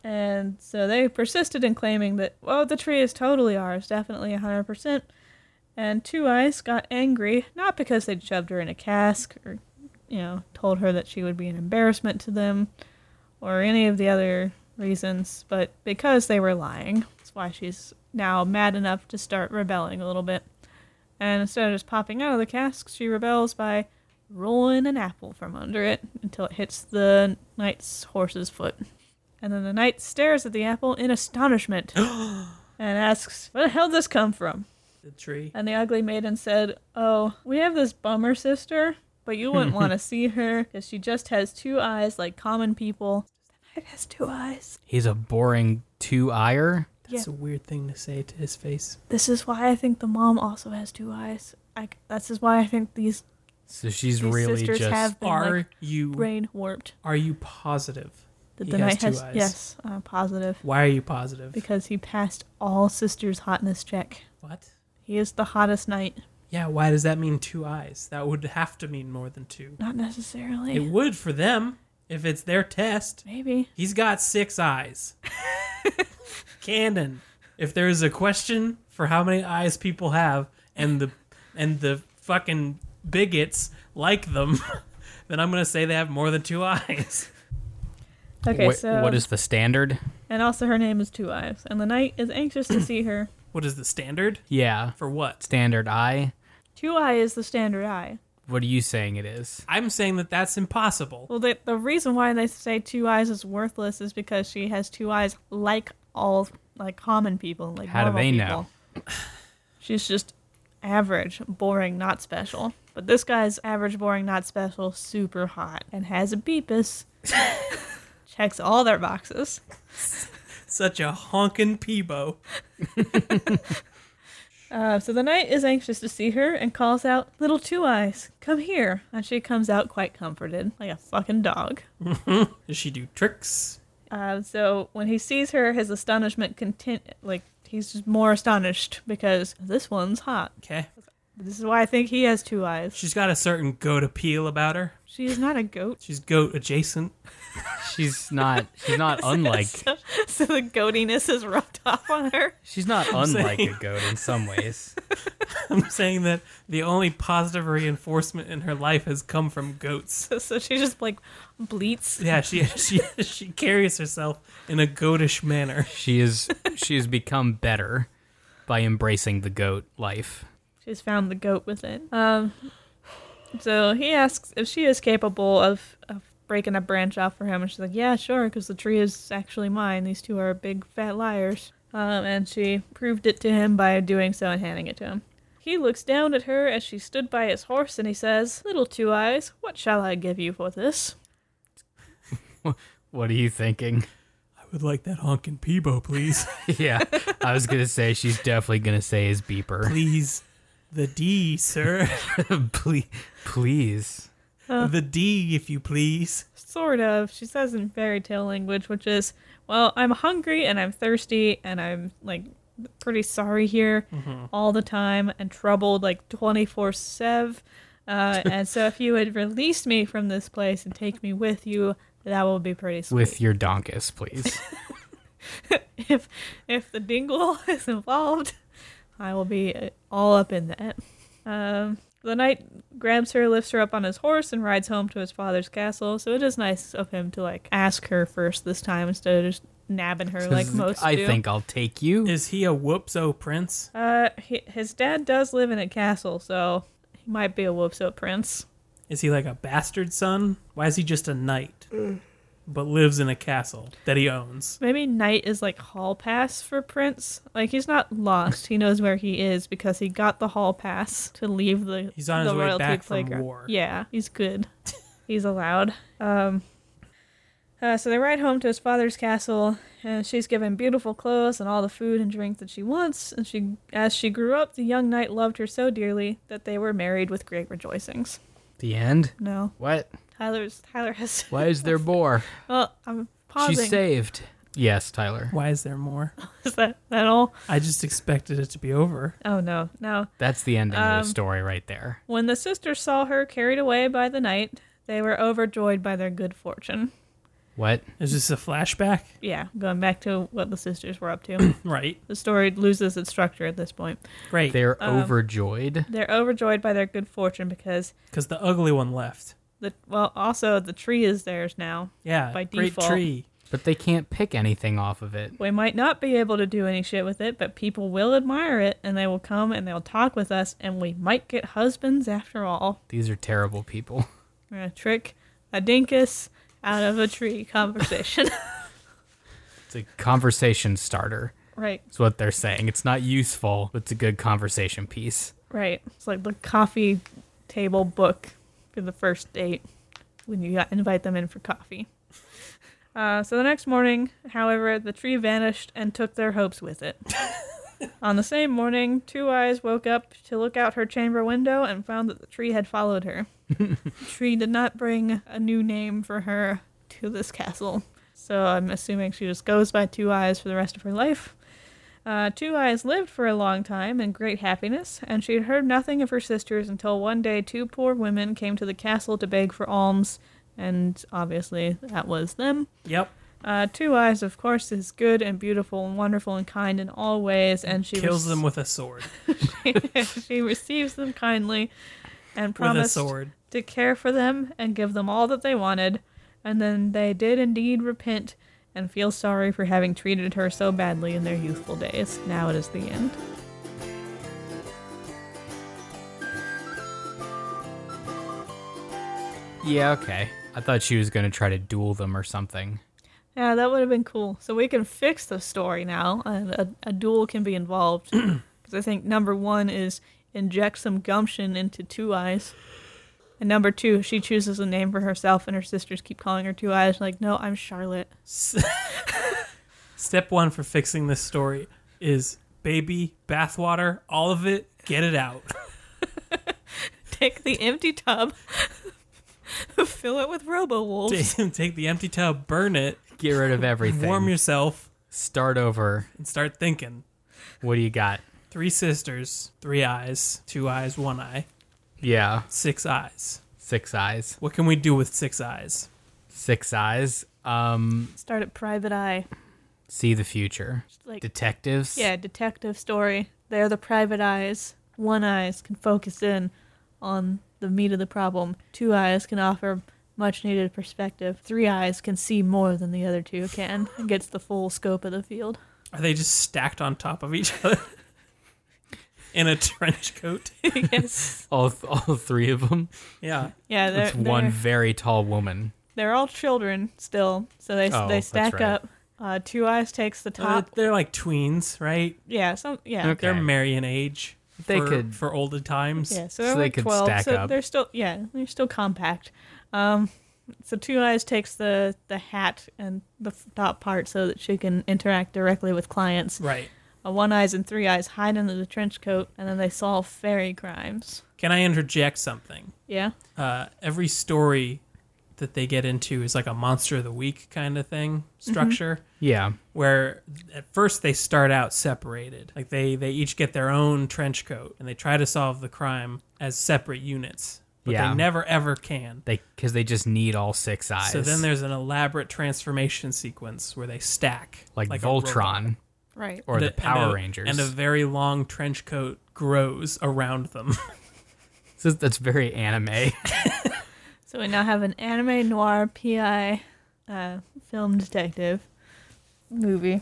Speaker 3: and so they persisted in claiming that, Well, the tree is totally ours, definitely 100%. And Two Eyes got angry, not because they'd shoved her in a cask or, you know, told her that she would be an embarrassment to them or any of the other reasons, but because they were lying. That's why she's now mad enough to start rebelling a little bit. And instead of just popping out of the cask, she rebels by rolling an apple from under it until it hits the knight's horse's foot. And then the knight stares at the apple in astonishment and asks, Where the hell did this come from?
Speaker 5: The tree.
Speaker 3: And the ugly maiden said, Oh, we have this bummer sister, but you wouldn't want to see her because she just has two eyes like common people. The knight has two eyes.
Speaker 4: He's a boring two ire.
Speaker 5: That's
Speaker 3: Yeah.
Speaker 5: a weird thing to say to his face.
Speaker 3: This is why I think the mom also has two eyes. I, this is why I think these,
Speaker 4: So she's
Speaker 3: these
Speaker 4: really
Speaker 3: sisters
Speaker 4: just
Speaker 3: have been
Speaker 5: Are
Speaker 3: like,
Speaker 5: you
Speaker 3: brain warped.
Speaker 5: are you positive
Speaker 3: That
Speaker 5: Mm-hmm. He
Speaker 3: the
Speaker 5: has
Speaker 3: knight
Speaker 5: two
Speaker 3: has
Speaker 5: eyes.
Speaker 3: yes, uh, positive
Speaker 5: Why are you positive?
Speaker 3: because he passed all sisters' hotness check.
Speaker 5: what?
Speaker 3: He is the hottest knight.
Speaker 5: Yeah, why does that mean two eyes? That would have to mean more than two.
Speaker 3: Not necessarily.
Speaker 5: It would for them if it's their test.
Speaker 3: Maybe.
Speaker 5: He's got six eyes. Canon. If there is a question for how many eyes people have and the and the fucking bigots like them, then I'm gonna say they have more than two eyes.
Speaker 3: Okay,
Speaker 4: What-
Speaker 3: so
Speaker 4: what is the standard?
Speaker 3: and also her name is Two Eyes, and the knight is anxious to see her.
Speaker 5: What is the standard?
Speaker 4: Yeah,
Speaker 5: For what?
Speaker 4: standard I.
Speaker 3: Two Eye is the standard eye.
Speaker 4: What are you saying it is?
Speaker 5: I'm saying that that's impossible.
Speaker 3: Well, the the reason why they say Two Eyes is worthless is because she has two eyes, like all like common people. Like
Speaker 4: How do
Speaker 3: normal
Speaker 4: they know?
Speaker 3: people. She's just average, boring, not special. But this guy's average, boring, not special, super hot, and has a beepus. Checks all their boxes.
Speaker 5: Such a honkin' peebo.
Speaker 3: Uh, so the knight is anxious to see her and calls out, Little Two Eyes, come here. And she comes out quite comforted, like a fucking dog.
Speaker 5: Does she do tricks?
Speaker 3: Uh, so when he sees her, his astonishment content like he's just more astonished because this one's hot.
Speaker 5: Okay.
Speaker 3: This is why I think he has two eyes.
Speaker 5: She's got a certain goat appeal about her.
Speaker 3: She's not a goat,
Speaker 5: She's goat adjacent.
Speaker 4: She's not. She's not unlike.
Speaker 3: so the goatiness is rubbed off on her.
Speaker 4: She's not unlike
Speaker 5: saying-
Speaker 4: a goat in some ways.
Speaker 5: I'm saying that the only positive reinforcement in her life has come from goats.
Speaker 3: So she just like bleats.
Speaker 5: Yeah, she she she carries herself in a goatish manner.
Speaker 4: She is. She has become better by embracing the goat life.
Speaker 3: She's found the goat within. Um, so he asks if she is capable of, of breaking a branch off for him, and she's like, "Yeah, sure," because the tree is actually mine. These two are big fat liars. Um, and she proved it to him by doing so and handing it to him. He looks down at her as she stood by his horse, and he says, "Little Two Eyes, what shall I give you for this?"
Speaker 4: What are you thinking?
Speaker 5: I would like that honkin' Peebo, please.
Speaker 4: Yeah, I was gonna say she's definitely gonna say his beeper.
Speaker 5: please. The D, sir.
Speaker 4: please, please.
Speaker 5: the D, if you please.
Speaker 3: Sort of. She says in fairy tale language, which is, "Well, I'm hungry and I'm thirsty and I'm like pretty sorry here all the time and troubled like 24 sev. Uh, and so if you would release me from this place and take me with you, that will be pretty sweet.
Speaker 4: With your donkus, please.
Speaker 3: if if the dingle is involved, I will be uh, all up in that. Um, the knight grabs her, lifts her up on his horse, and rides home to his father's castle. So it is nice of him to like ask her first this time instead of just nabbing her like most
Speaker 4: I
Speaker 3: do.
Speaker 4: think I'll take you.
Speaker 5: Is he a whoopso prince?
Speaker 3: Uh, hi his dad does live in a castle, so he might be a whoopso prince.
Speaker 5: Is he like a bastard son? Why is he just a knight? But lives in a castle that he owns.
Speaker 3: Maybe knight is like hall pass for prince. Like he's not lost; he knows where he is because he got the hall pass to leave the.
Speaker 5: He's on
Speaker 3: the
Speaker 5: his way
Speaker 3: royalty
Speaker 5: back from
Speaker 3: playground.
Speaker 5: war.
Speaker 3: Yeah, he's good. he's allowed. Um, uh, so they ride home to his father's castle, and she's given beautiful clothes and all the food and drink that she wants. And she, as she grew up, the young knight loved her so dearly that they were married with great rejoicings.
Speaker 4: the end.
Speaker 3: No,
Speaker 4: What?
Speaker 3: Tyler's Tyler has.
Speaker 4: Why is there more?
Speaker 3: Well, I'm pausing.
Speaker 4: She's saved. Yes, Tyler.
Speaker 5: Why is there more?
Speaker 3: Is that that all?
Speaker 5: I just expected it to be over.
Speaker 3: Oh no, no.
Speaker 4: That's the ending of
Speaker 3: Um,
Speaker 4: the story right there.
Speaker 3: When the sisters saw her carried away by the knight, they were overjoyed by their good fortune.
Speaker 4: What?
Speaker 5: Is this a flashback?
Speaker 3: Yeah, going back to what the sisters were up to.
Speaker 5: Right.
Speaker 3: the story loses its structure at this point.
Speaker 5: Great.
Speaker 4: They're
Speaker 3: um,
Speaker 4: overjoyed.
Speaker 3: They're overjoyed by their good fortune because
Speaker 5: Because the ugly one left.
Speaker 3: the well, also the tree is theirs now.
Speaker 5: Yeah.
Speaker 3: By
Speaker 5: great
Speaker 3: default.
Speaker 5: tree.
Speaker 4: But they can't pick anything off of it.
Speaker 3: We might not be able to do any shit with it, but people will admire it and they will come and they'll talk with us and we might get husbands after all.
Speaker 4: These are terrible people.
Speaker 3: We're gonna trick a dinkus out of a tree conversation.
Speaker 4: It's a conversation starter.
Speaker 3: right.
Speaker 4: Is what they're saying. It's not useful, but it's a good conversation piece.
Speaker 3: Right. It's like the coffee table book for the first date when you got- invite them in for coffee. Uh, so the next morning, however, the tree vanished and took their hopes with it. On the same morning, Two Eyes woke up to look out her chamber window and found that the tree had followed her. the tree did not bring a new name for her to this castle. So I'm assuming she just goes by Two Eyes for the rest of her life. Uh, Two Eyes lived for a long time in great happiness, and she had heard nothing of her sisters until one day two poor women came to the castle to beg for alms, and obviously that was them.
Speaker 5: Yep.
Speaker 3: Uh, Two Eyes, of course, is good and beautiful and wonderful and kind in all ways, and she
Speaker 5: Kills
Speaker 3: rec-
Speaker 5: them with a sword.
Speaker 3: she receives them kindly, and
Speaker 5: With a
Speaker 3: promised
Speaker 5: sword.
Speaker 3: to care for them and give them all that they wanted, and then they did indeed repent and feel sorry for having treated her so badly in their youthful days. Now it is the end.
Speaker 4: Yeah, okay. I thought she was going to try to duel them or something.
Speaker 3: Yeah, that would have been cool. So we can fix the story now, and a, a duel can be involved. Because I think number one is inject some gumption into Two Eyes. And number two, she chooses a name for herself, and her sisters keep calling her Two Eyes. Like, no, I'm Charlotte.
Speaker 5: Step one for fixing this story is baby, bathwater, all of it, get it out.
Speaker 3: Take the empty tub, fill it with Robo Wolves.
Speaker 5: Take take the empty tub, burn it,
Speaker 4: Get rid of everything.
Speaker 5: warm yourself,
Speaker 4: Start over.
Speaker 5: and start thinking.
Speaker 4: What do you got?
Speaker 5: Three sisters, three eyes, two eyes, one eye,
Speaker 4: Yeah,
Speaker 5: six eyes.
Speaker 4: six eyes.
Speaker 5: What can we do with six eyes?
Speaker 4: Six eyes. Um,
Speaker 3: Start at Private Eye.
Speaker 4: see the future.
Speaker 3: Like,
Speaker 4: Detectives.
Speaker 3: yeah, detective story. They're the private eyes. One eyes can focus in on the meat of the problem. Two eyes can offer much needed perspective. Three eyes can see more than the other two can and gets the full scope of the field.
Speaker 5: Are they just stacked on top of each other? In a trench coat?
Speaker 3: yes.
Speaker 4: All, all three of them.
Speaker 5: Yeah.
Speaker 3: Yeah, they're,
Speaker 4: That's one
Speaker 3: they're-
Speaker 4: very tall woman.
Speaker 3: they're all children still, so they
Speaker 4: Oh,
Speaker 3: they
Speaker 4: that's
Speaker 3: stack
Speaker 4: right.
Speaker 3: up. Uh, two eyes takes the
Speaker 5: Uh,
Speaker 3: top.
Speaker 5: they're like tweens, right?
Speaker 3: yeah, some yeah.
Speaker 4: Okay.
Speaker 5: They're marrying age.
Speaker 4: They
Speaker 5: for,
Speaker 4: could-
Speaker 5: for older times.
Speaker 3: Yeah, so
Speaker 4: So
Speaker 3: they're
Speaker 4: they
Speaker 3: like
Speaker 4: could
Speaker 3: twelve.
Speaker 4: stack
Speaker 3: so
Speaker 4: up.
Speaker 3: they're still yeah, they're still compact. Um, so Two Eyes takes the the hat and the f- top part so that she can interact directly with clients.
Speaker 5: Right.
Speaker 3: Uh, one Eyes and Three Eyes hide under the trench coat, and then they solve fairy crimes.
Speaker 5: Can I interject something?
Speaker 3: Yeah,
Speaker 5: uh, every story that they get into is like a monster of the week kind of thing
Speaker 4: Mm-hmm.
Speaker 5: structure
Speaker 4: Yeah.
Speaker 5: where at first they start out separated like they they each get their own trench coat and they try to solve the crime as separate units but
Speaker 4: Yeah.
Speaker 5: they never ever can
Speaker 4: They because they just need all six eyes.
Speaker 5: so then there's an elaborate transformation sequence where they stack
Speaker 4: like,
Speaker 5: a robot.
Speaker 4: Voltron
Speaker 3: right.
Speaker 4: or the,
Speaker 5: And a-
Speaker 4: Power
Speaker 5: and a-
Speaker 4: Rangers.
Speaker 5: and a very long trench coat grows around them
Speaker 4: So that's very anime.
Speaker 3: So we now have an anime noir PI uh, film detective movie.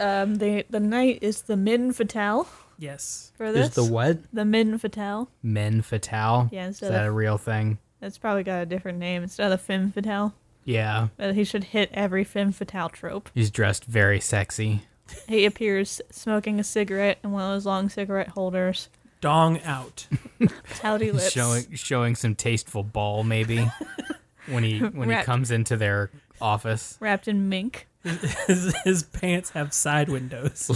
Speaker 3: Um, the the night is the Min Fatale
Speaker 5: yes
Speaker 3: for
Speaker 4: Is
Speaker 3: this.
Speaker 4: the what?
Speaker 3: the Min Fatale.
Speaker 4: Men Fatale.
Speaker 3: Yeah,
Speaker 4: Is
Speaker 3: instead
Speaker 4: that
Speaker 3: of-
Speaker 4: a real thing?
Speaker 3: That's probably got a different name. It's not a femme fatale.
Speaker 4: Yeah.
Speaker 3: But he should hit every femme fatale trope.
Speaker 4: He's dressed very sexy.
Speaker 3: He appears smoking a cigarette in one of those long cigarette holders,
Speaker 5: dong out
Speaker 3: pouty lips.
Speaker 4: Showing showing some tasteful ball maybe when he when he
Speaker 3: Wrapped.
Speaker 4: comes into their office.
Speaker 3: Wrapped in mink.
Speaker 5: his, his pants have side windows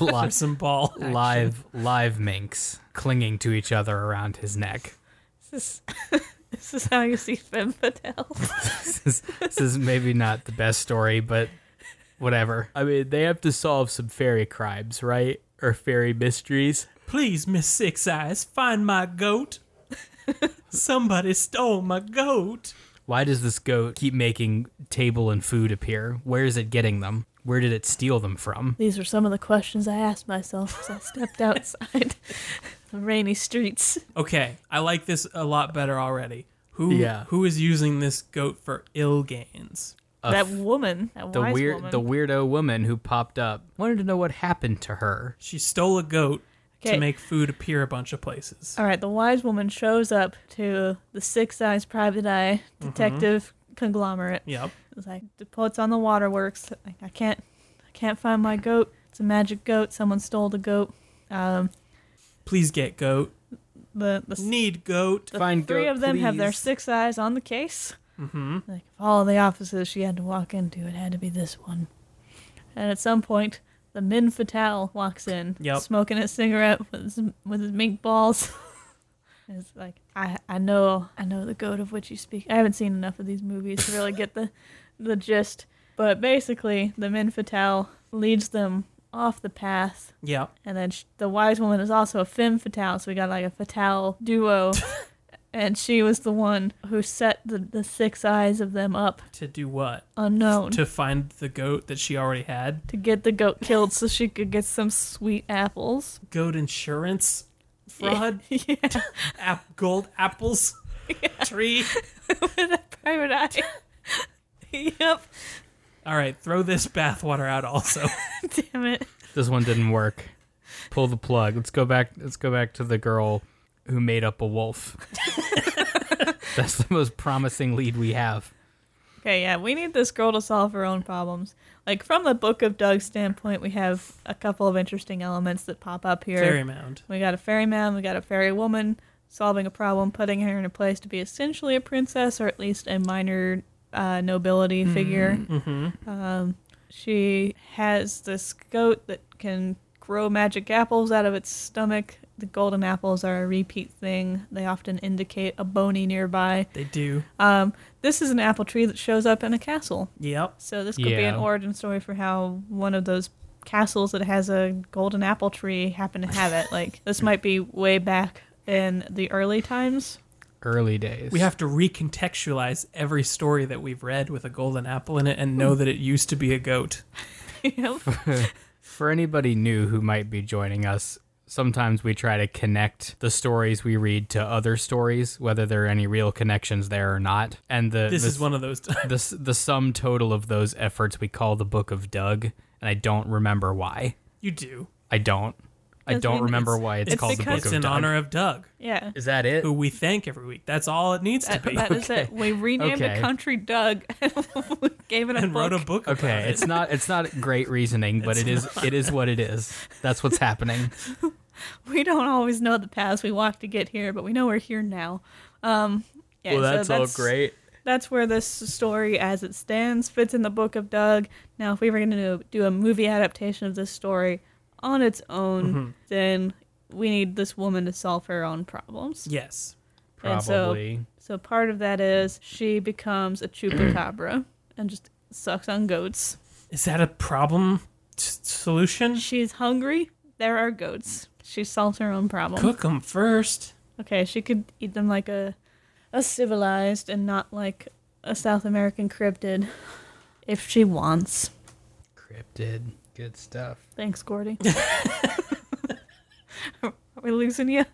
Speaker 4: Li-
Speaker 5: some ball.
Speaker 4: live live minks clinging to each other around his neck.
Speaker 3: This is, this is how you see femme fatale.
Speaker 4: This is, this is maybe not the best story, but whatever. I mean, they have to solve some fairy crimes, right? Or fairy mysteries.
Speaker 5: Please, Miss Six Eyes, find my goat. Somebody stole my goat.
Speaker 4: Why does this goat keep making table and food appear? Where is it getting them? Where did it steal them from?
Speaker 3: These were some of the questions I asked myself as I stepped outside the rainy streets.
Speaker 5: Okay, I like this a lot better already. Who
Speaker 4: Yeah.
Speaker 5: who is using this goat for ill gains?
Speaker 3: that woman, that
Speaker 4: The
Speaker 3: wise
Speaker 4: weird,
Speaker 3: woman.
Speaker 4: the weirdo woman who popped up wanted to know what happened to her.
Speaker 5: She stole a goat
Speaker 3: Okay.
Speaker 5: to make food appear a bunch of places.
Speaker 3: All right, the wise woman shows up to the Six Eyes Private Eye
Speaker 4: Mm-hmm.
Speaker 3: detective conglomerate.
Speaker 5: Yep.
Speaker 3: It's like the poets on the waterworks. Like I can't, I can't find my goat. It's a magic goat. Someone stole the goat. Um,
Speaker 5: Please get goat.
Speaker 3: the the, s-
Speaker 5: Need goat.
Speaker 3: the
Speaker 4: Find
Speaker 3: three
Speaker 4: goat,
Speaker 3: of them have their
Speaker 4: please.
Speaker 3: six eyes on the case. Mm-hmm. Like of all the offices she had to walk into, it had to be this one. And at some point, the Min Fatale walks in,
Speaker 5: Yep.
Speaker 3: smoking a cigarette with his, with his mink balls. And It's like I I know I know the goat of which you speak. I haven't seen enough of these movies to really get the the gist. But basically, the Min Fatale leads them off the path.
Speaker 5: Yeah.
Speaker 3: And then sh- the wise woman is also a femme fatale, so we got like a fatale duo. and she was the one who set the, the six eyes of them up
Speaker 5: To do what?
Speaker 3: unknown to,
Speaker 5: To find the goat that she already had.
Speaker 3: get the goat killed so she could get some sweet apples.
Speaker 5: Goat insurance fraud.
Speaker 3: yeah,
Speaker 5: App, gold apples. Tree.
Speaker 3: with a private eye. yep.
Speaker 5: All right. Throw this bathwater out also.
Speaker 3: Damn it.
Speaker 4: This one didn't work. Pull the plug. Let's go back. Let's go back to the girl who made up a wolf. That's the most promising lead we have.
Speaker 3: Okay, yeah, we need this girl to solve her own problems. Like from the book of Doug's standpoint, we have a couple of interesting elements that pop up here.
Speaker 5: Fairy mound.
Speaker 3: We got a ferryman, we got a fairy woman solving a problem, putting her in a place to be essentially a princess or at least a minor uh, nobility figure. Mm-hmm. Um, she has this goat that can grow magic apples out of its stomach. The golden apples are a repeat thing. They often indicate a bony nearby.
Speaker 5: They do.
Speaker 3: Um, this is an apple tree that shows up in a castle.
Speaker 5: Yep.
Speaker 3: So this could be an
Speaker 4: Yeah.
Speaker 3: origin story for how one of those castles that has a golden apple tree happened to have it. Like this might be way back in the early times.
Speaker 4: Early days.
Speaker 5: We have to recontextualize every story that we've read with a golden apple in it and
Speaker 3: Hmm.
Speaker 5: know that it used to be a goat.
Speaker 3: Yep.
Speaker 4: For anybody new who might be joining us, sometimes we try to connect the stories we read to other stories, whether there are any real connections there or not. And the
Speaker 5: This
Speaker 4: the,
Speaker 5: is one of those times.
Speaker 4: the s- the sum total of those efforts we call the Book of Doug, and I don't remember why.
Speaker 5: You do.
Speaker 4: I don't. I
Speaker 3: Doesn't
Speaker 4: don't
Speaker 3: mean
Speaker 4: remember
Speaker 3: it's-
Speaker 4: why it's,
Speaker 3: it's
Speaker 4: called the
Speaker 3: because-
Speaker 4: Book
Speaker 5: It's
Speaker 4: of
Speaker 5: in
Speaker 4: Doug.
Speaker 5: honor of Doug,
Speaker 3: Yeah.
Speaker 4: is that it?
Speaker 5: who we thank every week. That's all it needs to
Speaker 3: That,
Speaker 5: be.
Speaker 3: that is it. We renamed
Speaker 4: Okay.
Speaker 3: a country Doug and gave it a
Speaker 5: and
Speaker 3: book.
Speaker 5: wrote a book about
Speaker 4: Okay,
Speaker 5: it.
Speaker 4: it's not it's not great reasoning, but it is it is what it is. That's what's happening.
Speaker 3: We don't always know the paths we walked to get here, but we know we're here now. Um, yeah, so That's where this story as it stands fits in the book of Doug. Now, if we were going to do a movie adaptation of this story on its own, then we need this woman to solve her own problems.
Speaker 5: Yes.
Speaker 3: And so-
Speaker 4: Probably.
Speaker 3: So part of that is she becomes a chupacabra and just sucks on goats.
Speaker 5: Is that a problem s- solution?
Speaker 3: She's hungry. There are goats. She solves her own problem.
Speaker 5: Cook them first.
Speaker 3: Okay, she could eat them like a, a civilized and not like a South American cryptid, if she wants.
Speaker 4: Cryptid. Good stuff.
Speaker 3: Thanks, Gordy. Are we losing you?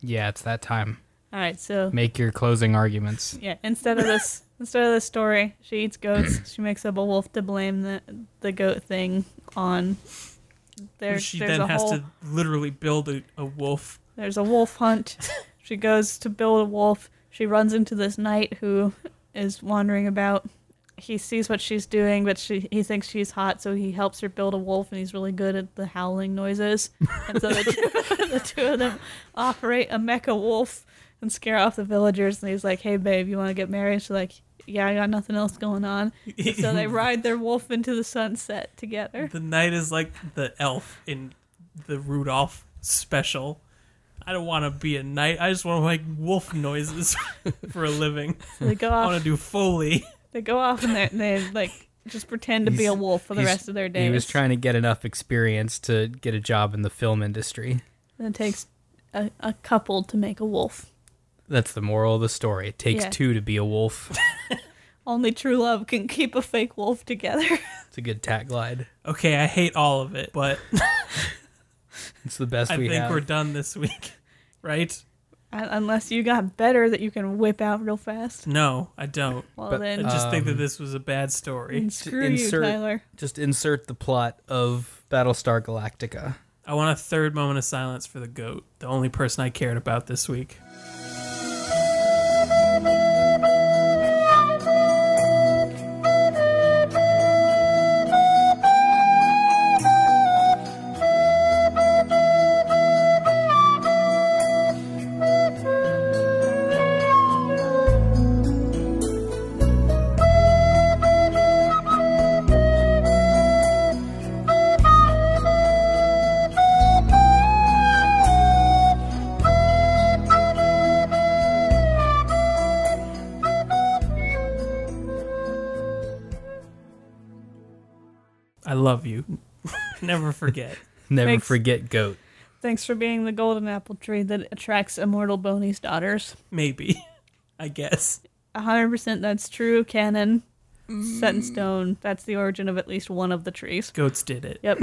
Speaker 4: Yeah, it's that time.
Speaker 3: All right, so
Speaker 4: Make your closing arguments.
Speaker 3: yeah, instead of this, instead of this story, she eats goats. she makes up a wolf to blame the the goat thing on. There's
Speaker 5: she
Speaker 3: there's
Speaker 5: then
Speaker 3: a
Speaker 5: has
Speaker 3: whole
Speaker 5: to literally build a, a wolf.
Speaker 3: there's a wolf hunt. she goes to build a wolf. She runs into this knight who is wandering about. He sees what she's doing, but she he thinks she's hot, so he helps her build a wolf, and he's really good at the howling noises. And so the two, the two of them operate a mecha wolf and scare off the villagers. And he's like, "Hey, babe, you want to get married?" She's like, "Yeah, I got nothing else going on." And so they ride their wolf into the sunset together.
Speaker 5: The knight is like the elf in the Rudolph special. I don't want to be a knight. I just want to make wolf noises for a living.
Speaker 3: So they go
Speaker 5: I want
Speaker 3: off.
Speaker 5: to do Foley.
Speaker 3: They go off and they they like just pretend to be a
Speaker 4: He's-
Speaker 3: wolf for the
Speaker 4: He's-
Speaker 3: rest of their days.
Speaker 4: He was trying to get enough experience to get a job in the film industry.
Speaker 3: And it takes a, a couple to make a wolf.
Speaker 4: That's the moral of the story. It takes
Speaker 3: Yeah.
Speaker 4: two to be a wolf.
Speaker 3: Only true love can keep a fake wolf together.
Speaker 4: It's a good tagline.
Speaker 5: Okay, I hate all of it, but
Speaker 4: It's the best
Speaker 5: I
Speaker 4: we
Speaker 5: think
Speaker 4: have.
Speaker 5: we're done this week. Right?
Speaker 3: Un- Unless you got better that you can whip out real fast.
Speaker 5: No, I don't.
Speaker 3: Well,
Speaker 4: But,
Speaker 5: I
Speaker 3: then,
Speaker 5: just think that
Speaker 4: Um,
Speaker 5: this was a bad story.
Speaker 3: then screw
Speaker 4: insert-
Speaker 3: you, Tyler.
Speaker 4: Just insert the plot of Battlestar Galactica.
Speaker 5: I want a third moment of silence for the goat, the only person I cared about this week. Never forget.
Speaker 4: Never
Speaker 3: Makes-
Speaker 4: forget goat.
Speaker 3: Thanks for being the golden apple tree that attracts immortal Boney's daughters.
Speaker 5: Maybe. I guess.
Speaker 3: 100% that's true canon. Set in stone. That's the origin of at least one of the trees.
Speaker 5: Goats did it.
Speaker 3: Yep.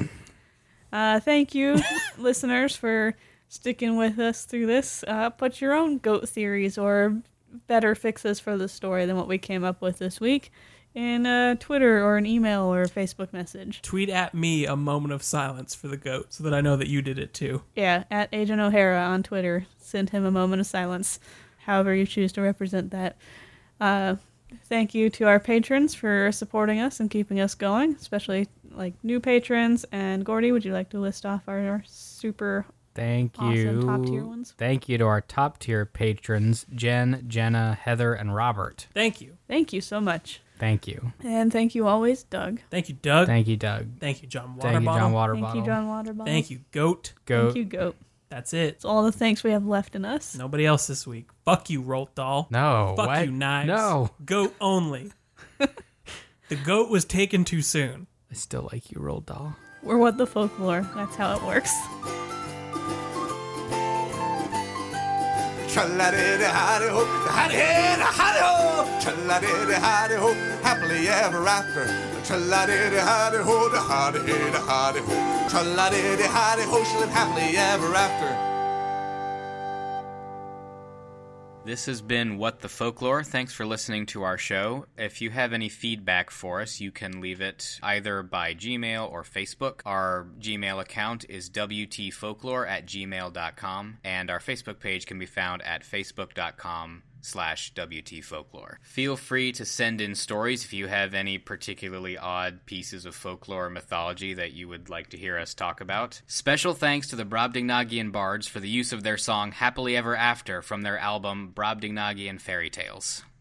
Speaker 3: Uh, thank you, listeners, for sticking with us through this. Uh, put your own goat theories or better fixes for the story than what we came up with this week in a Twitter or an email or a Facebook message.
Speaker 5: Tweet at me a moment of silence for the goat so that I know that you did it too.
Speaker 3: Yeah, at Agent O'Hara on Twitter. Send him a moment of silence, however you choose to represent that. Uh, thank you to our patrons for supporting us and keeping us going, especially like new patrons. And Gordy, would you like to list off our super
Speaker 4: Thank
Speaker 3: Awesome,
Speaker 4: you.
Speaker 3: top-tier ones.
Speaker 4: Thank you to our top tier patrons, Jen, Jenna, Heather, and Robert.
Speaker 5: Thank you.
Speaker 3: Thank you so much.
Speaker 4: Thank you.
Speaker 3: And thank you always, Doug.
Speaker 5: Thank you, Doug. Thank,
Speaker 4: Thank you, Doug.
Speaker 5: you, John Waterbottle.
Speaker 4: Thank you, John Waterbottle.
Speaker 3: thank you, John Waterbottle.
Speaker 5: Thank you, goat.
Speaker 4: Goat.
Speaker 3: Thank you, Goat.
Speaker 5: That's it.
Speaker 3: It's all the thanks we have left in us.
Speaker 5: Nobody else this week. Fuck you, Rolt Doll.
Speaker 4: No.
Speaker 5: Fuck
Speaker 4: what?
Speaker 5: you, knives.
Speaker 4: No.
Speaker 5: Goat only. the goat was taken too soon.
Speaker 4: I still like you, Roll Doll.
Speaker 3: We're what the folklore. That's how it works.
Speaker 2: Tra-la-di-di-hi-di-ho, hi-di-hi-di-hi-di-ho. Tra-la-di-di-hi-di-ho, happily ever after. Tra-la-di-di-hi-di-ho, da-hi-di-hi-di-ho. Tra-la-di-di-hi-di-ho, she live happily ever after.
Speaker 6: This has been What the Folklore. Thanks for listening to our show. If you have any feedback for us, you can leave it either by Gmail or Facebook. Our Gmail account is wtfolklore at gmail.com, and our Facebook page can be found at facebook.com slash wtfolklore. Feel free to send in stories if you have any particularly odd pieces of folklore or mythology that you would like to hear us talk about. Special thanks to the Brobdingnagian bards for the use of their song Happily Ever After from their album Brobdingnagian Fairy Tales.